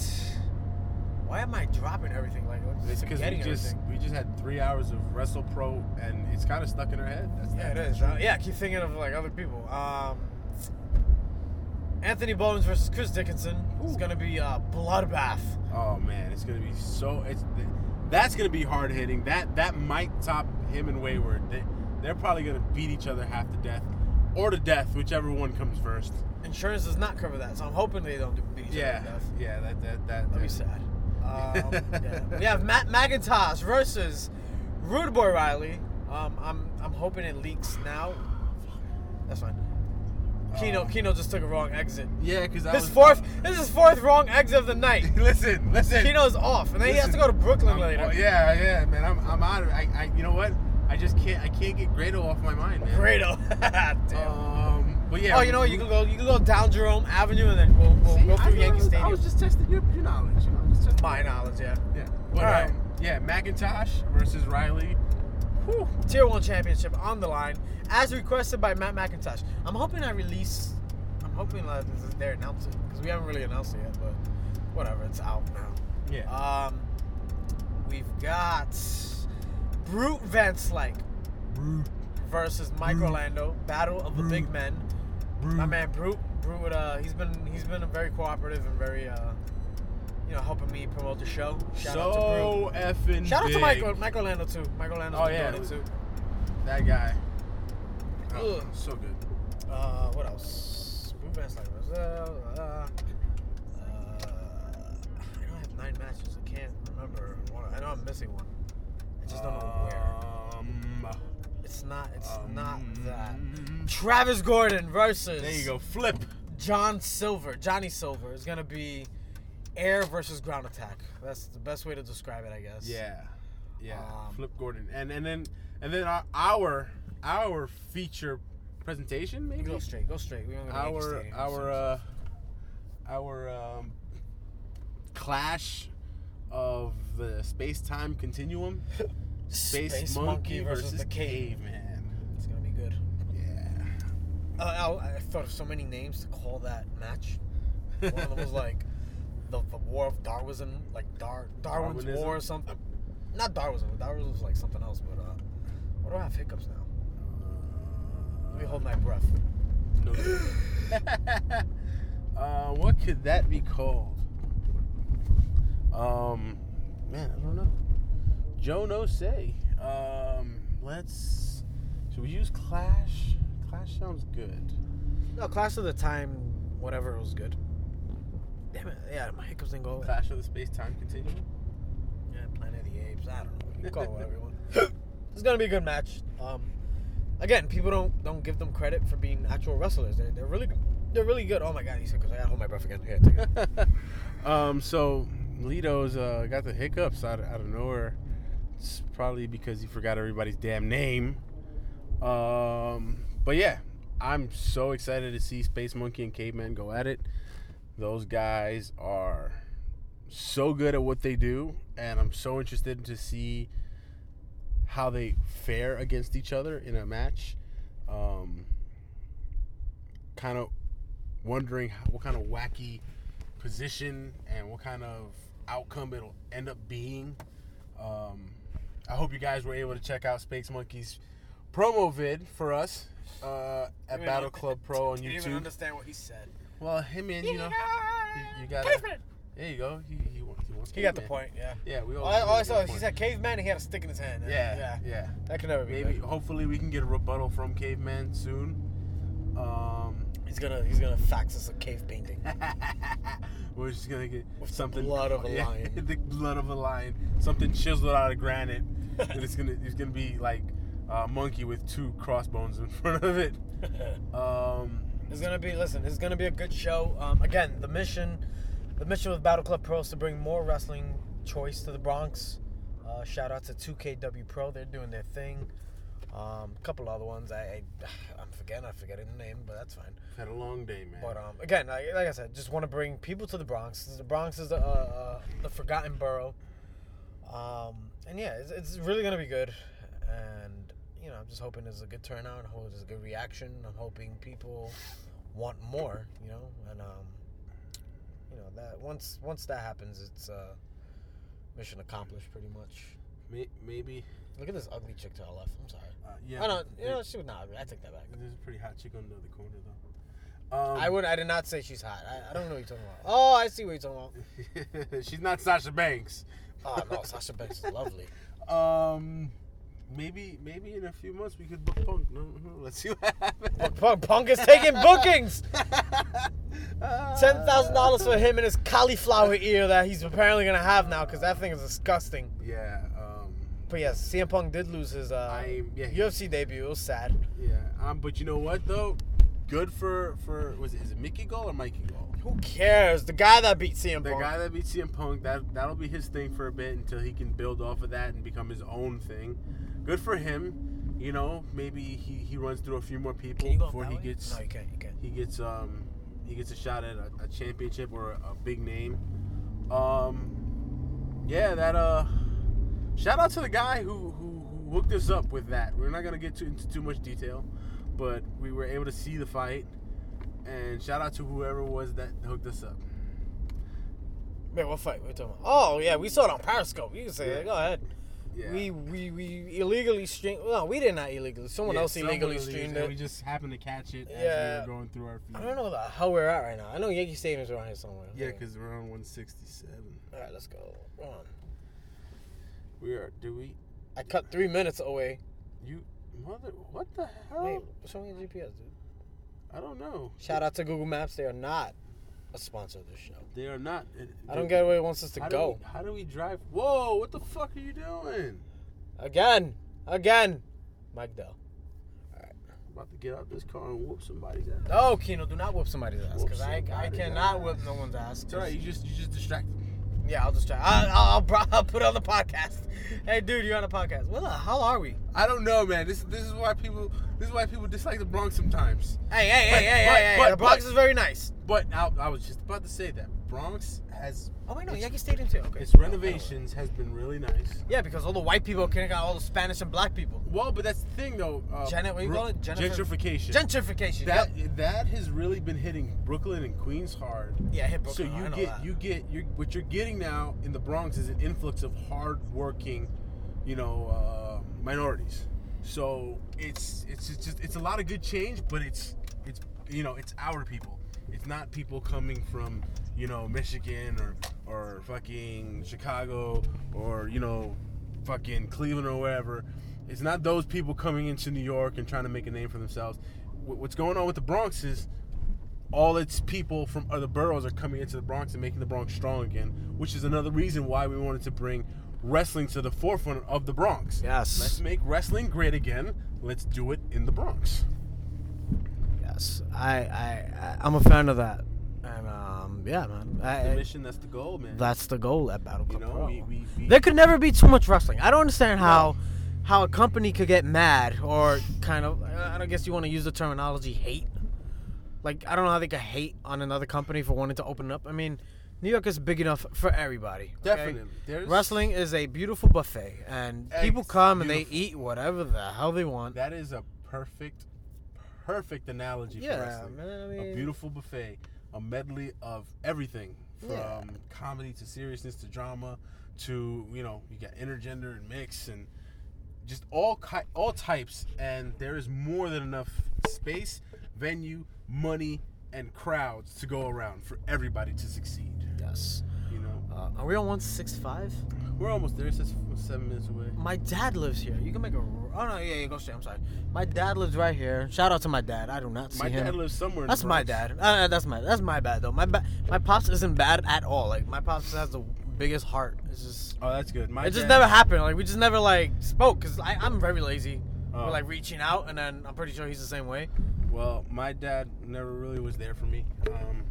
Why am I dropping everything? Like, I'm It's because we forgetting just everything. we just had three hours of Wrestle Pro, and it's kind of stuck in our head. That's Yeah, it that's is. true. Uh, yeah, I keep thinking of like other people. Um, Anthony Bowens versus Chris Dickinson. It's Ooh. gonna be a bloodbath. Oh man, it's gonna be so. It's that's gonna be hard hitting. That that might top him and Wayward. They, they're probably gonna beat each other half to death, or to death, whichever one comes first. Insurance does not cover that, so I'm hoping they don't do beat each other to Yeah, death. yeah. That that that. That'd be [laughs] that- sad. Um, yeah. We have Matt McIntosh versus Rude Boy Riley. Um, I'm I'm hoping it leaks now. That's fine. Kino Um, Kino just took a wrong exit. Yeah, because This fourth this is fourth wrong exit of the night. [laughs] listen, listen. Kino's off, and then he has to Listen, go to Brooklyn I'm- later. oh, yeah, yeah, man. I'm, I'm out of. I, I, you know what? I just can't. I can't get Grado off my mind, man. Gredo. [laughs] Damn. Um. But yeah. oh, you know what? You can go you can go down Jerome Avenue, and then we'll, we'll See, go through I thought I Yankee was, I Stadium. was just testing your, your knowledge. You know, I'm just testing My knowledge, yeah. Yeah. But, Alright. um, yeah, McIntosh versus Riley. Whew. Tier 1 Championship on the line, as requested by Matt McIntosh. I'm hoping I release. I'm hoping that this is their announcement because we haven't really announced it yet, but whatever, it's out now. Yeah. Um, we've got Brute Van Slyke versus Mike Orlando, Battle of the Big Men. My man Brute, Brute, would, uh, he's been he's been very cooperative and very, uh, you know, helping me promote the show. Shout so out to Brute. effing. Shout out to big. Michael, Michael Orlando too. Michael Orlando's Oh, been yeah. doing it too. That guy. Oh, Ugh. so good. Uh, what else? Blue Vans like Brazil. Uh, uh, I know I have nine matches. I can't remember. One. I know I'm missing one. I just don't know where. Um, It's not. It's not Uh, um, that. Travis Gordon versus There you go. Flip. John Silver. Johnny Silver is gonna be air versus ground attack. That's the best way to describe it, I guess. Yeah. Yeah. Um, Flip Gordon. And and then and then our our, our feature presentation maybe. Go straight. Go straight. We're gonna go to Yankee our Stadium. our uh, our um, clash of the space time continuum. Space, monkey, versus, the caveman. It's gonna be good. Yeah. Uh, I, I thought of so many names to call that match. One of them was like the, the War of Darwinism, like Dar Darwin's Darwinism? War or something. Not Darwinism. Darwinism was like something else. But uh, why do I have hiccups now? Let me hold my breath. No. [laughs] uh, what could that be called? Um, man, I don't know. Joe no say. Um, let's. Should we use clash? Clash sounds good. No, Clash of the Time, whatever it was good. Damn it! Yeah, my hiccups didn't go. away. Clash of the space time continuum. Yeah, Planet of the Apes. I don't know. You can call it whatever you want. it's gonna be a good match. Um, again, people don't don't give them credit for being actual wrestlers. They're, they're really they're really good. Oh my god, he's because I gotta hold my breath again. Here, take it. um, so Lito's uh, got the hiccups out of, out of nowhere. It's probably because he forgot everybody's damn name. Um, but yeah, I'm so excited to see Space Monkey and Caveman go at it. Those guys are so good at what they do, and I'm so interested to see how they fare against each other in a match. Um, kind of wondering how, what kind of wacky position and what kind of outcome it'll end up being. Um, I hope you guys were able to check out Space Monkey's promo vid for us uh, at [laughs] Battle Club Pro on You didn't even YouTube. understand what he said. Well, him and you know, you, you got. There you go. He, he, wants, he, wants He got the caveman. point. Yeah. Yeah, we all. All I, all I we saw is got the he point. said caveman. and He had a stick in his hand. Yeah, yeah. yeah. That could never be. Maybe, good. hopefully, we can get a rebuttal from Caveman soon. Um, [laughs] he's gonna he's gonna fax us a cave painting. we're just gonna get With the something blood of a [laughs] yeah, lion. the blood of a lion, something chiseled out [laughs] of granite, and it's gonna it's gonna be like a monkey with two crossbones in [laughs] front [laughs] of it. Um, It's gonna be listen. It's gonna be a good show. Um, again, the mission, the mission with Battle Club Pro is to bring more wrestling choice to the Bronx. Uh, shout out to 2KW Pro. They're doing their thing. A couple other ones. I, [sighs] I I'm forgetting. I'm forgetting the name, but that's fine. had a long day, man. But um, again, like, like I said, just want to bring people to the Bronx. The Bronx is the, uh, uh, the forgotten borough, um, and yeah, it's, it's really gonna be good. And you know, I'm just hoping there's a good turnout. I hope there's a good reaction. I'm hoping people want more. You know, and um, you know that once once that happens, it's uh, mission accomplished pretty much. May- maybe. Look at this ugly chick to our left. I'm sorry. Uh, yeah. I don't. You there- know, she was not. ugly. I take that back. There's a pretty hot chick on the other corner though. Um, I would. I did not say she's hot. I, I don't know what you're talking about. Oh, I see what you're talking about. [laughs] she's not Sasha Banks. Oh no, Sasha Banks is lovely. Um, maybe maybe in a few months we could book Punk. No, no, let's see what happens. Punk, Punk is taking bookings. Ten Ten thousand dollars for him and his cauliflower ear that he's apparently gonna have now because that thing is disgusting. Yeah. Um. But yes, CM Punk did lose his uh, I yeah he- UFC debut. It was sad. yeah. Um. But you know what though? Good for for was it, is it Mickey Gall or Mikey Gall? Who cares? The guy that beat CM The Punk. guy that beats CM Punk that that'll be his thing for a bit until he can build off of that and become his own thing. Good for him. You know, maybe he, he runs through a few more people Can you go up before that he way? gets No, you can't. You can't. he gets um he gets a shot at a, a championship or a, a big name. Um, yeah, that uh, shout out to the guy who, who who hooked us up with that. We're not gonna get too, into too much detail, but we were able to see the fight, and shout out to whoever was that hooked us up. Wait, what fight? We're talking about? Oh yeah, we saw it on Periscope. You can say Yeah. that. Go ahead. Yeah. We we we illegally streamed. No, we did not illegally. Someone Yeah, else someone illegally illegally- streamed and it. We just happened to catch it as Yeah. we were going through our feed. I don't know where the hell we're at right now. I know Yankee Stadium's around here somewhere. Yeah, because we're on 167. All right, let's go. Come on. We are. Do we? I cut three minutes away. You mother? What the hell? Wait, what's wrong with your GPS, dude? I don't know. Shout out to Google Maps. They are not a sponsor of this show. They are not. uh, I don't get where it wants us to how go. Do we, how do we drive? Whoa! What the fuck are you doing? Again. Again. Mike Dell. I'm about to get out this car and whoop somebody's ass. No, Keno, do not whoop somebody's ass Whoop because I, I somebody's cannot ass. whip no one's ass. It's alright. You just you just distracted me. Yeah, I'll just try. I, I'll, I'll, bro- I'll put it on the podcast. [laughs] Hey, dude, you're on the podcast. Where the hell are we? I don't know, man. This this is why people this is why people dislike the Bronx sometimes. Hey, hey, But- hey, hey, but- hey, hey. but- the box but- is very nice. But I, I was just about to say that Bronx has Oh, wait, no, It's- Yankee Stadium's here. Okay. its renovations has been really nice. Yeah, because all the white people can't got all the Spanish and black people. Well, but that's the thing though. Uh, Janet, what you call it? Jennifer- Gentrification. Gentrification. that yep. that has really been hitting Brooklyn and Queens hard. Yeah, hit Brooklyn. so I you know get that. you get you what you're getting now in the Bronx is an influx of hardworking, you know, uh, minorities. So it's it's it's just it's a lot of good change, but it's it's you know it's our people. It's not people coming from you know Michigan or or fucking Chicago or you know fucking Cleveland or wherever. It's not those people coming into New York and trying to make a name for themselves. Wh- What's going on with the Bronx is all its people from other boroughs are coming into the Bronx and making the Bronx strong again, which is another reason why we wanted to bring wrestling to the forefront of the Bronx. Yes. Let's make wrestling great again. Let's do it in the Bronx. Yes, I, I, I I'm a fan of that, and um, yeah, man, I, The I- mission, that's the goal, man. that's the goal at Battle you Club know, Pro. we, we, we there could never be too much wrestling. I don't understand how how a company could get mad or kind of I I guess you want to use the terminology hate Like I don't know how they could hate on another company for wanting to open up. I mean, New York is big enough for everybody. okay? Definitely. There's- Wrestling is a beautiful buffet, and people Ex- come and beautiful. they eat whatever the hell they want. That is a perfect, perfect analogy Yeah, for wrestling. man, I a mean- beautiful buffet, a medley of everything from Yeah. comedy to seriousness to drama to you know you got intergender and mix and just all ki- all types. And there is more than enough space, venue, money, and crowds to go around for everybody to succeed. yes. You know, Uh, are we on one six five? we're almost there. It's just seven minutes away. My dad lives here. You can make a. Oh no, yeah, yeah, go straight. I'm sorry. My dad lives right here. Shout out to my dad. I do not see My him. dad lives somewhere. In that's the my Bronx. dad. Uh, that's my that's my bad though. My ba- my pops isn't bad at all. Like my pops has the biggest heart. It's just Oh, that's good. My it just dad- never happened. Like we just never like spoke because I'm very lazy. Oh. We're like reaching out, and then I'm pretty sure he's the same way. Well, my dad never really was there for me. Um,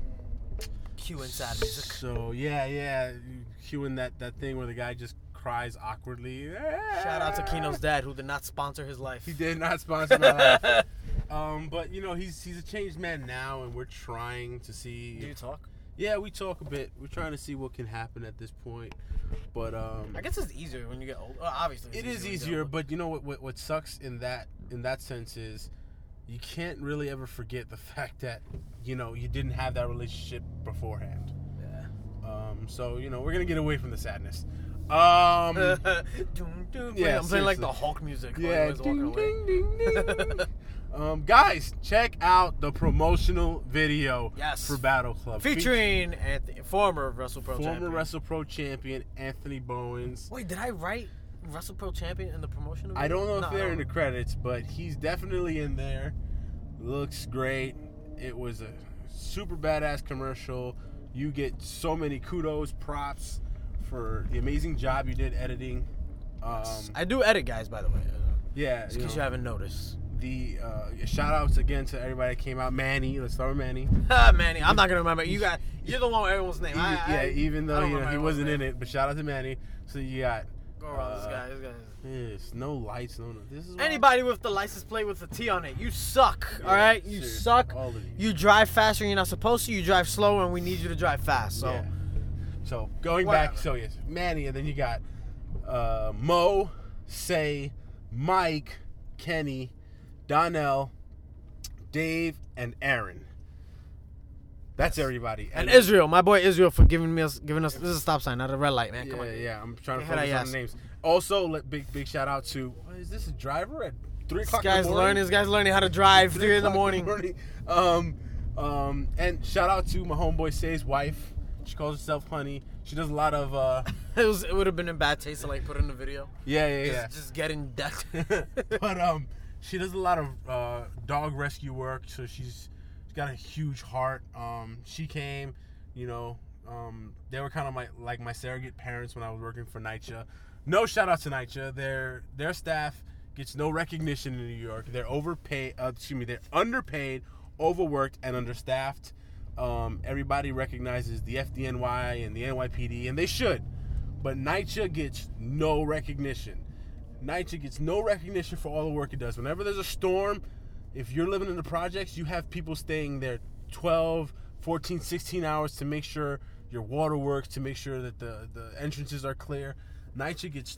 Cue and sad music. So yeah, yeah, you cueing that that thing where the guy just cries awkwardly. Shout out to Kino's dad who did not sponsor his life. [laughs] He did not sponsor my life. [laughs] Um, but you know he's he's a changed man now, and we're trying to see. [laughs] Do you talk? yeah, we talk a bit. We're trying to see what can happen at this point, but um, I guess it's easier when you get older. Well, obviously, it's it is when you get easier. older. But you know what, what? What sucks in that in that sense is you can't really ever forget the [laughs] fact that you know you didn't have that relationship beforehand. Yeah. Um, so you know we're gonna get away from the sadness. Um, [laughs] [laughs] Doom, doom, Yeah, I'm playing like seriously. the Hulk music. Yeah, yeah, he's walking ding, away. ding, ding, ding. [laughs] um, guys, check out the promotional video Yes. for Battle [laughs] Club Featuring Anthony, former Russell Pro Feat- former champion. Wrestle Pro champion Anthony Bowens. Wait, did I write Russell Pro champion in the promotion? I don't know if No, they're I in don't the know. credits, but he's definitely in there. Looks great. It was a super badass commercial. You get so many kudos, props for the amazing job you did editing. Um, I do edit, guys. By the way, yeah, just you in case know. you haven't noticed. the uh, shout outs again to everybody that came out. Manny, let's start with Manny. Ah, Manny, I'm not gonna remember. You got, you're the one with everyone's name. Even- I, I, yeah, even I though don't you know he remember wasn't in everyone's it, but shout out to Manny. So you got name. Go around this uh, guy. This guy. is- Yes, no lights, no. no. This is why- Anybody with the license plate with a T on it, you suck. Yeah, all right, you seriously, suck. all of you. drive faster than you're not supposed to. You drive slower, and we need you to drive fast. So So, so going back. Oh. Whatever. So yes, Manny, and then you got uh, Mo, Say, Mike, Kenny, Donnell, Dave, and Aaron. That's everybody. and Israel, my boy Israel, for giving me us giving us this is a stop sign, not a red light, man. Yeah, Come on. yeah. I'm trying to Hell focus on yes. the names. Also, let, big big shout out to what is this a driver at three This o'clock? in guy's the morning? learning. This guy's learning how to drive three in the o'clock morning. morning. Um, um, and shout out to my homeboy Say's wife. She calls herself Honey. She does a lot of uh, [laughs] [laughs] It was. It would have been in bad taste to like put in a video. yeah, yeah, Just, yeah. just getting death. [laughs] but um, she does a lot of uh, dog rescue work, so she's she's got a huge heart. Um, she came, you know, um, they were kind of my like my surrogate parents when I was working for NYCHA. No shout out to NYCHA. Their their staff gets no recognition in New York. They're overpaid. Uh, excuse me. They're underpaid, overworked, and understaffed. Um, everybody recognizes the FDNY and the NYPD, and they should. But NYCHA gets no recognition. NYCHA gets no recognition for all the work it does. Whenever there's a storm, if you're living in the projects, you have people staying there 12, 14, 16 hours to make sure your water works, to make sure that the, the entrances are clear. NYCHA gets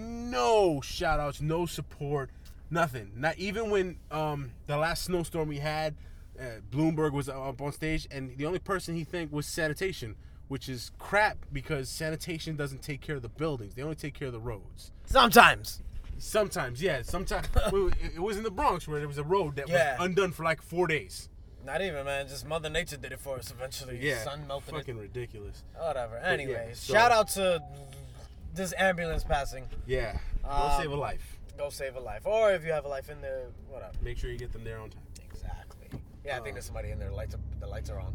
no shout outs, no support, nothing. Not even when um, the last snowstorm we had, uh, Bloomberg was up on stage, and the only person he thanked was sanitation, which is crap because sanitation doesn't take care of the buildings, they only take care of the roads. [laughs] Sometimes. Sometimes, yeah. [laughs] Sometimes Well, it- it was in the Bronx where there was a road that Yeah. was undone for like four days. Not even, man. Just Mother Nature did it for us eventually. Sun melted fucking ridiculous. it. Whatever. Anyway, so- shout out to this ambulance passing. Yeah, we'll Um, save a life. Go save a life, or if you have a life in there, whatever. Make sure you get them there on time. Exactly. Yeah, Uh. I think there's somebody in there. Lights. Are, the lights are on.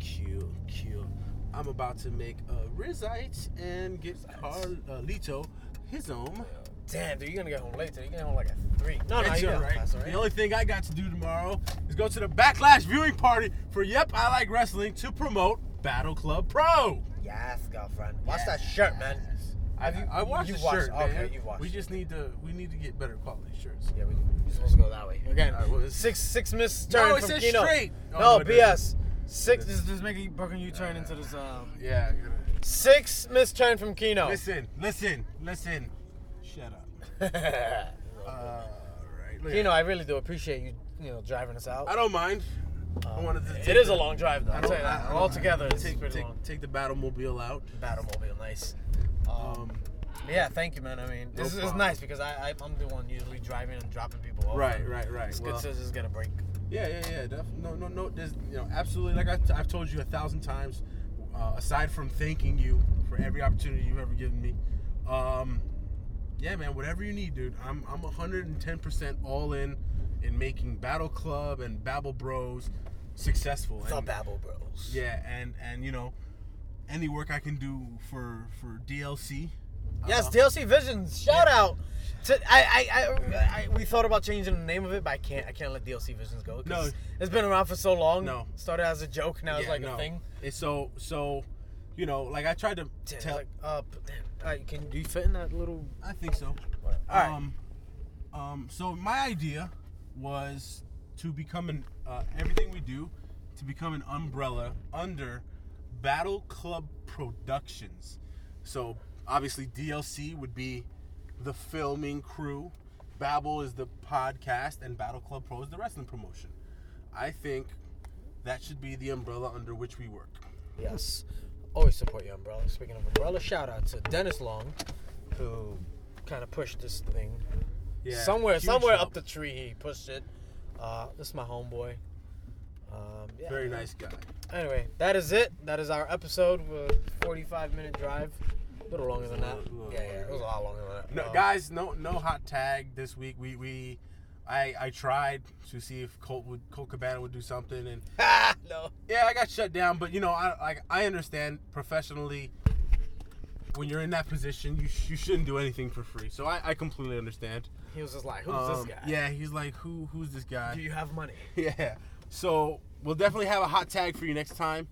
Cute, cute. I'm about to make a rizite and get Carlito his own. Damn, dude, you're gonna get home late today. You're getting home like at three. Oh, No, no, It's you all got right. class, all right? The only thing I got to do tomorrow is go to the Backlash viewing party for Yep I Like Wrestling to promote Battle Club Pro. Yes, girlfriend. Watch that shirt, man. I, Have you- I watched you the watched- shirt, okay, man. you watched we it. just need to we need to get better quality shirts. Yeah, we, you're supposed to go that way. Again, All right, well, it's- six six miss turn no, it from says Kino. straight. No, Oh, no, it BS. Six. This- This is making fucking U turn into this. Um, Yeah. you're gonna- six mistrend from Kino. [laughs] [laughs] Listen, listen, listen. Shut up. Alright. look at- Kino, I really do appreciate you, you know, driving us out. I don't mind. I wanted to. Um, It is a long drive, though. I'll tell you that. I- I- Altogether, it's take, pretty take, long. take the battlemobile out. Battlemobile, nice. Um, Yeah, thank you, man. I mean, No this is it's problem. nice because I, I I'm the one usually driving and dropping people off. Um, right, right, right. It's Well, good to just get a break. yeah, yeah, yeah. Def, no, no, no. There's, you know, absolutely. Like I, I've told you a thousand times. Uh, aside from thanking you for every opportunity you've ever given me, um, yeah, man. Whatever you need, dude. I'm, I'm 110% all in in making Battle Club and Babel Bros successful. The And- Babel Bros. Yeah, and and you know, any work I can do for for DLC. Yes, uh, DLC Visions. Shout out. To, I, I, I, I, we thought about changing the name of it, but I can't. I can't let DLC Visions go. 'cause No. it's been around for so long. No. started as a joke, now it's yeah, like no. a thing. It's so so, you know, like I tried to Damn, it's tell. like, uh, p- damn. All right, can do you fit in that little? I think so. Whatever. All right. Um, um, so my idea was to become an uh, everything we do to become an umbrella under Battle Club Productions. So obviously DLC would be the filming crew, Babel is the podcast, and Battle Club Pro is the wrestling promotion. I think that should be the umbrella under which we work. Yes. Always support your umbrella. Speaking of umbrella, shout out to Dennis Long, who kind of pushed this thing. somewhere, huge somewhere help. up the tree, he pushed it. Uh, this is my homeboy. Um, yeah, Very man. nice guy. Anyway, that is it. That is our episode. With 45 minute drive. A little longer than that. Little- little Yeah, yeah, longer. it was a lot longer than that. No, Um, guys, no, no hot tag this week. We we, I I tried to see if Colt would Colt Cabana would do [laughs] something, and no. yeah, I got shut down. But you know, I like I understand professionally. When you're in that position, you, sh- you shouldn't do anything for free. So I, I completely understand. He was just like, who's Um, this guy? Yeah, he's like, who who's this guy? Do you have money? [laughs] yeah. So we'll definitely have a hot tag for you next time.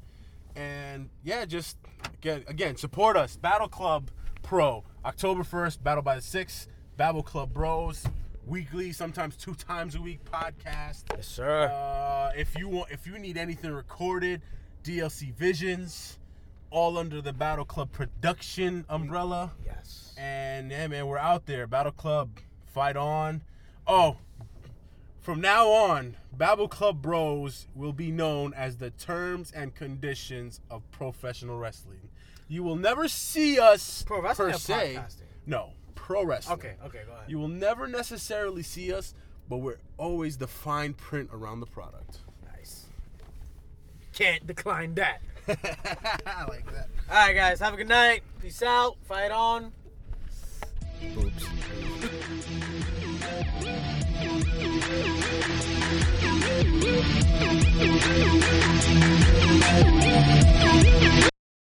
And yeah, just again, again support us. Battle Club Pro, October 1st, Battle by the 6th, Battle Club Bros, weekly, sometimes two times a week podcast. Yes, sir. Uh, if you want, if you need anything recorded, DLC Visions, all under the Battle Club production umbrella. yes. And yeah, man, we're out there. Battle Club, fight on. Oh, from now on, Battle Club Bros will be known as the terms and conditions of professional wrestling. You will never see us Pro wrestling per or se. podcasting? No, pro wrestling. Okay, okay, go ahead. You will never necessarily see us, but we're always the fine print around the product. nice. Can't decline that. [laughs] I like that. All right, guys. Have a good night. Peace out. Fight on. Boobs. Thank you.